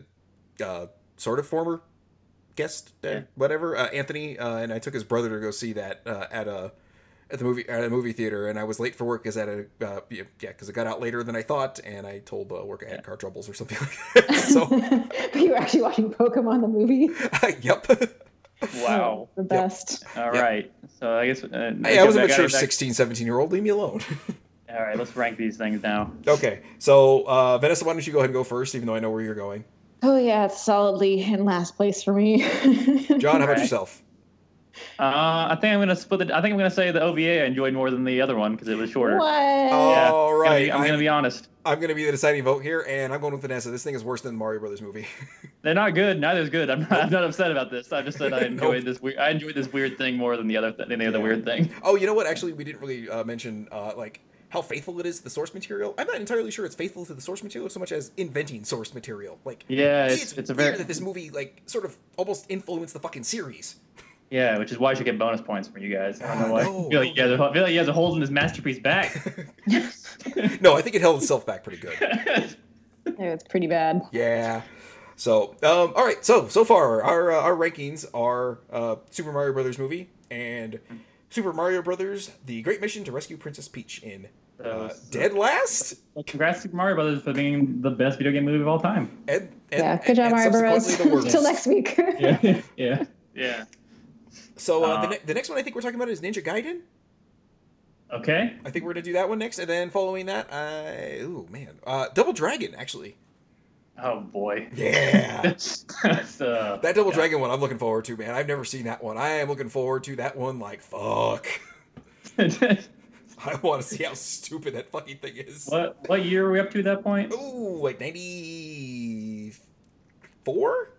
Speaker 1: the uh, sort of former guest, uh,
Speaker 3: Yeah.
Speaker 1: whatever, uh, Anthony, uh, and I took his brother to go see that uh, at a at the movie at a movie theater, and I was late for work because at a uh, yeah, because I got out later than I thought, and I told uh, work I had car troubles or something like that. so,
Speaker 2: but you were actually watching Pokemon the movie.
Speaker 1: yep.
Speaker 3: wow.
Speaker 2: the best.
Speaker 3: All
Speaker 1: Yep.
Speaker 3: right, so I guess uh,
Speaker 1: Hey, I was a
Speaker 3: back-
Speaker 1: mature
Speaker 3: back-
Speaker 1: 16, 17 year old. Leave me alone.
Speaker 3: All right, let's rank these things now.
Speaker 1: okay, so uh, Vanessa, why don't you go ahead and go first, even though I know where you're going.
Speaker 2: Oh yeah, it's solidly in last place for me.
Speaker 1: John, how about
Speaker 3: Alright.
Speaker 1: yourself?
Speaker 3: Uh, I think I'm gonna split. The, I think I'm gonna say the OVA I enjoyed more than the other one because it was shorter.
Speaker 2: what?
Speaker 3: Yeah,
Speaker 1: All
Speaker 3: I'm gonna
Speaker 1: right,
Speaker 3: be- I'm, gonna be honest.
Speaker 1: I'm gonna be the deciding vote here, and I'm going with Vanessa. This thing is worse than the Mario Brothers movie.
Speaker 3: They're not good. Neither's good. I'm not, I'm not upset about this. I just said I
Speaker 1: Nope.
Speaker 3: enjoyed this weird. I enjoyed this weird thing more than the other th- than the other
Speaker 1: Yeah.
Speaker 3: weird thing.
Speaker 1: oh, you know what? Actually, we didn't really uh, mention uh, like how faithful it is to the source material. I'm not entirely sure it's faithful to the source material so much as inventing source material. Like,
Speaker 3: Yeah,
Speaker 1: it's,
Speaker 3: it's, a very
Speaker 1: weird that this movie like sort of almost influenced the fucking series.
Speaker 3: Yeah, which is why I should get bonus points from you guys. I don't
Speaker 1: Ah,
Speaker 3: know why.
Speaker 1: no,
Speaker 3: I, feel like you guys
Speaker 1: don't
Speaker 3: are, I feel like you guys are holding this masterpiece back.
Speaker 1: No, I think it held itself back pretty good.
Speaker 2: It's pretty bad.
Speaker 1: Yeah. So, um, all right. So so far, our uh, our rankings are uh, Super Mario Brothers movie and Super Mario Brothers: The Great Mission to Rescue Princess Peach in uh,
Speaker 3: So-
Speaker 1: dead last.
Speaker 3: Well, congrats to Mario Brothers for being the best video game movie of all time.
Speaker 1: And, and
Speaker 2: Yeah, good job,
Speaker 1: and
Speaker 2: Mario Bros.
Speaker 1: subsequently the worst.
Speaker 2: Till next week.
Speaker 3: Yeah, yeah, yeah.
Speaker 1: So uh, the,
Speaker 3: Uh,
Speaker 1: ne- the next one I think we're talking about is Ninja Gaiden.
Speaker 3: Okay.
Speaker 1: I think we're gonna do that one next, and then following that, I ooh man, uh, Double Dragon actually.
Speaker 3: Oh boy.
Speaker 1: Yeah,
Speaker 3: That's, uh,
Speaker 1: that Double
Speaker 3: yeah.
Speaker 1: Dragon one I'm looking forward to, man. I've never seen that one. I am looking forward to that one. Like fuck, I want to see how stupid that fucking thing is.
Speaker 3: what what year are we up to at that point?
Speaker 1: Ooh, like ninety four.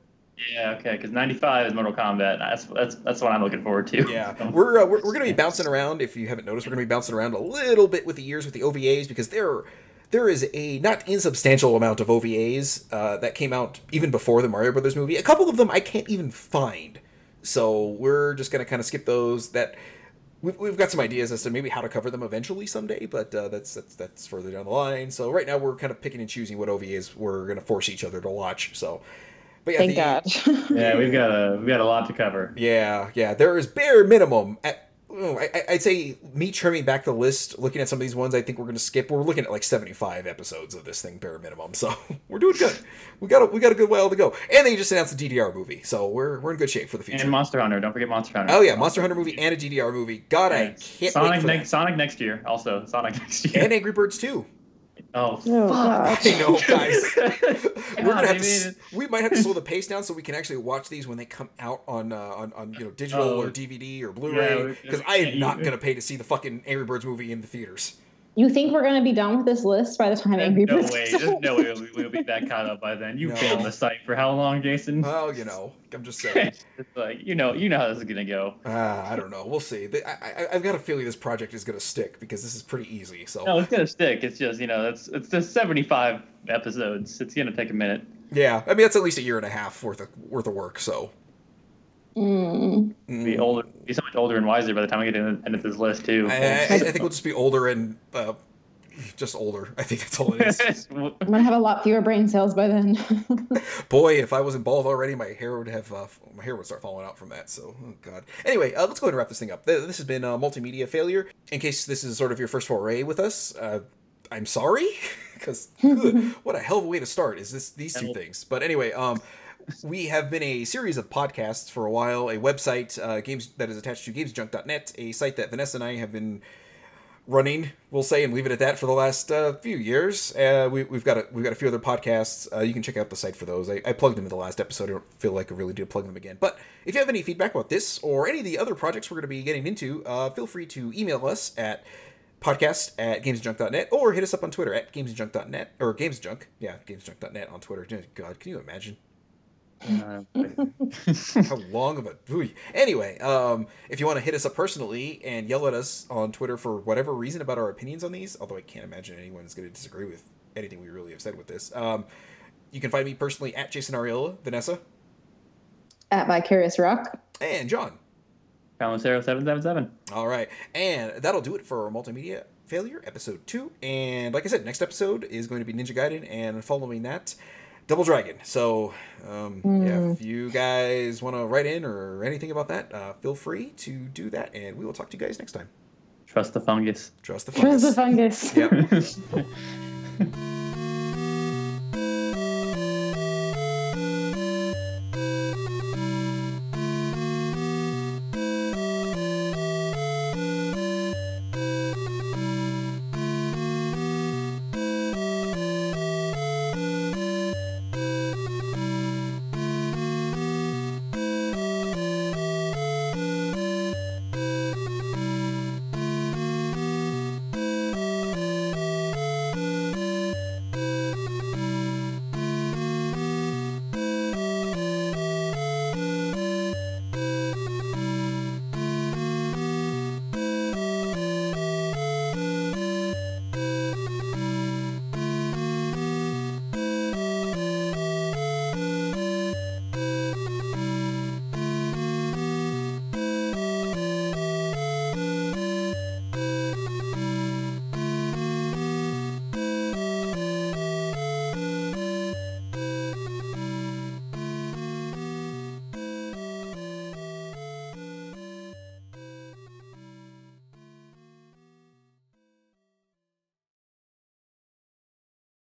Speaker 3: Yeah, okay, because ninety five is Mortal Kombat. That's that's that's what I'm looking forward to.
Speaker 1: Yeah, we're, uh, we're we're gonna be bouncing around. If you haven't noticed, we're gonna be bouncing around a little bit with the years with the OVAs because there there is a not insubstantial amount of OVAs uh, that came out even before the Mario Brothers movie. A couple of them I can't even find, so we're just gonna kind of skip those. That we've, we've got some ideas as to maybe how to cover them eventually someday, but uh, that's, that's that's further down the line. So right now we're kind of picking and choosing what OVAs we're gonna force each other to watch. So, but yeah,
Speaker 2: Thank
Speaker 1: the-
Speaker 2: God.
Speaker 3: yeah, we've got a we've got a lot to cover.
Speaker 1: yeah, yeah. There is bare minimum. At, oh, I, I- I'd say me trimming back the list, looking at some of these ones, I think we're going to skip. We're looking at like seventy-five episodes of this thing, bare minimum. So we're doing good. We got a, we got a good while to go. And they just announced a DDR movie, so we're we're in good shape for the future.
Speaker 3: And Monster Hunter. Don't forget Monster Hunter.
Speaker 1: oh yeah, Monster Hunter movie and a DDR movie. God, I
Speaker 3: Yeah.
Speaker 1: can't wait
Speaker 3: Sonic
Speaker 1: for
Speaker 3: next
Speaker 1: that.
Speaker 3: Sonic next year. Also Sonic next year.
Speaker 1: And Angry Birds too.
Speaker 3: oh.
Speaker 2: oh
Speaker 1: I
Speaker 2: God.
Speaker 1: know, guys.
Speaker 3: we're
Speaker 1: We're gonna have to, s- we might have to slow the pace down so we can actually watch these when they come out on uh, on, on you know digital
Speaker 3: Oh.
Speaker 1: or DVD or
Speaker 3: Yeah,
Speaker 1: Blu-ray
Speaker 3: we-
Speaker 1: because I am
Speaker 3: yeah,
Speaker 1: not
Speaker 3: you-
Speaker 1: gonna pay to see the fucking Angry Birds movie in the theaters.
Speaker 2: You think we're gonna be done with this list by the time Angry
Speaker 3: no
Speaker 2: Birds?
Speaker 3: way.
Speaker 2: comes
Speaker 3: There's
Speaker 2: out?
Speaker 3: no way we- we'll be that caught up by then. You've been
Speaker 1: No. Uh,
Speaker 3: on the site for how long, Jason?
Speaker 1: Well, you know, I'm just saying.
Speaker 3: it's like you know, you know how this is gonna go.
Speaker 1: Uh, I don't know. We'll see. The- I, I, I've got a feeling this project is gonna stick because this is pretty easy. So
Speaker 3: No, it's gonna stick. It's just you know, it's it's just 75 episodes. It's gonna take a minute.
Speaker 1: yeah, I mean that's at least a year and a half worth of worth of work. So
Speaker 2: Mm.
Speaker 1: mm.
Speaker 3: Be older, be so much older and wiser by the time we get to the end of this list too.
Speaker 1: I, I, I think we'll just be older and uh, just older. I think that's all it is.
Speaker 2: I'm gonna have a lot fewer brain cells by then.
Speaker 1: Boy, if I wasn't bald already, my hair would have uh, f- my hair would start falling out from that. So, oh god. Anyway, uh, let's go ahead and wrap this thing up. Th- This has been uh, multimedia failure. In case this is sort of your first foray with us, uh, I'm sorry because what a hell of a way to start is this these two
Speaker 3: Hell.
Speaker 1: things. But anyway, um. We have been a series of podcasts for a while, a website, uh, games that is attached to gamesjunk.net, a site that Vanessa and I have been running, we'll say, and leave it at that for the last uh, few years. Uh, we, we've got a, we've got a few other podcasts. Uh, you can check out the site for those. I, I plugged them in the last episode. I don't feel like I really do plug them again. But if you have any feedback about this or any of the other projects we're going to be getting into, uh, feel free to email us at podcast at gamesjunk.net or hit us up on Twitter at gamesjunk.net or gamesjunk. Yeah, gamesjunk.net on Twitter. Dear God, can you imagine? how long of a ooh. anyway um if you want to hit us up personally and yell at us on twitter for whatever reason about our opinions on these although i can't imagine anyone is going to disagree with anything we really have said with this um you can find me personally at jason ariola vanessa
Speaker 2: At Vicarious Rock.
Speaker 1: and john
Speaker 3: Palmacero seven seven seven.
Speaker 1: all right and that'll do it for our multimedia failure episode two and like i said next episode is going to be ninja gaiden and following that double dragon so um yeah
Speaker 2: Hmm.
Speaker 1: if you guys want to write in or anything about that uh, feel free to do that and we will talk to you guys next time
Speaker 3: Trust the fungus.
Speaker 1: Trust the fungus.
Speaker 2: Where's the fungus?
Speaker 1: Yep.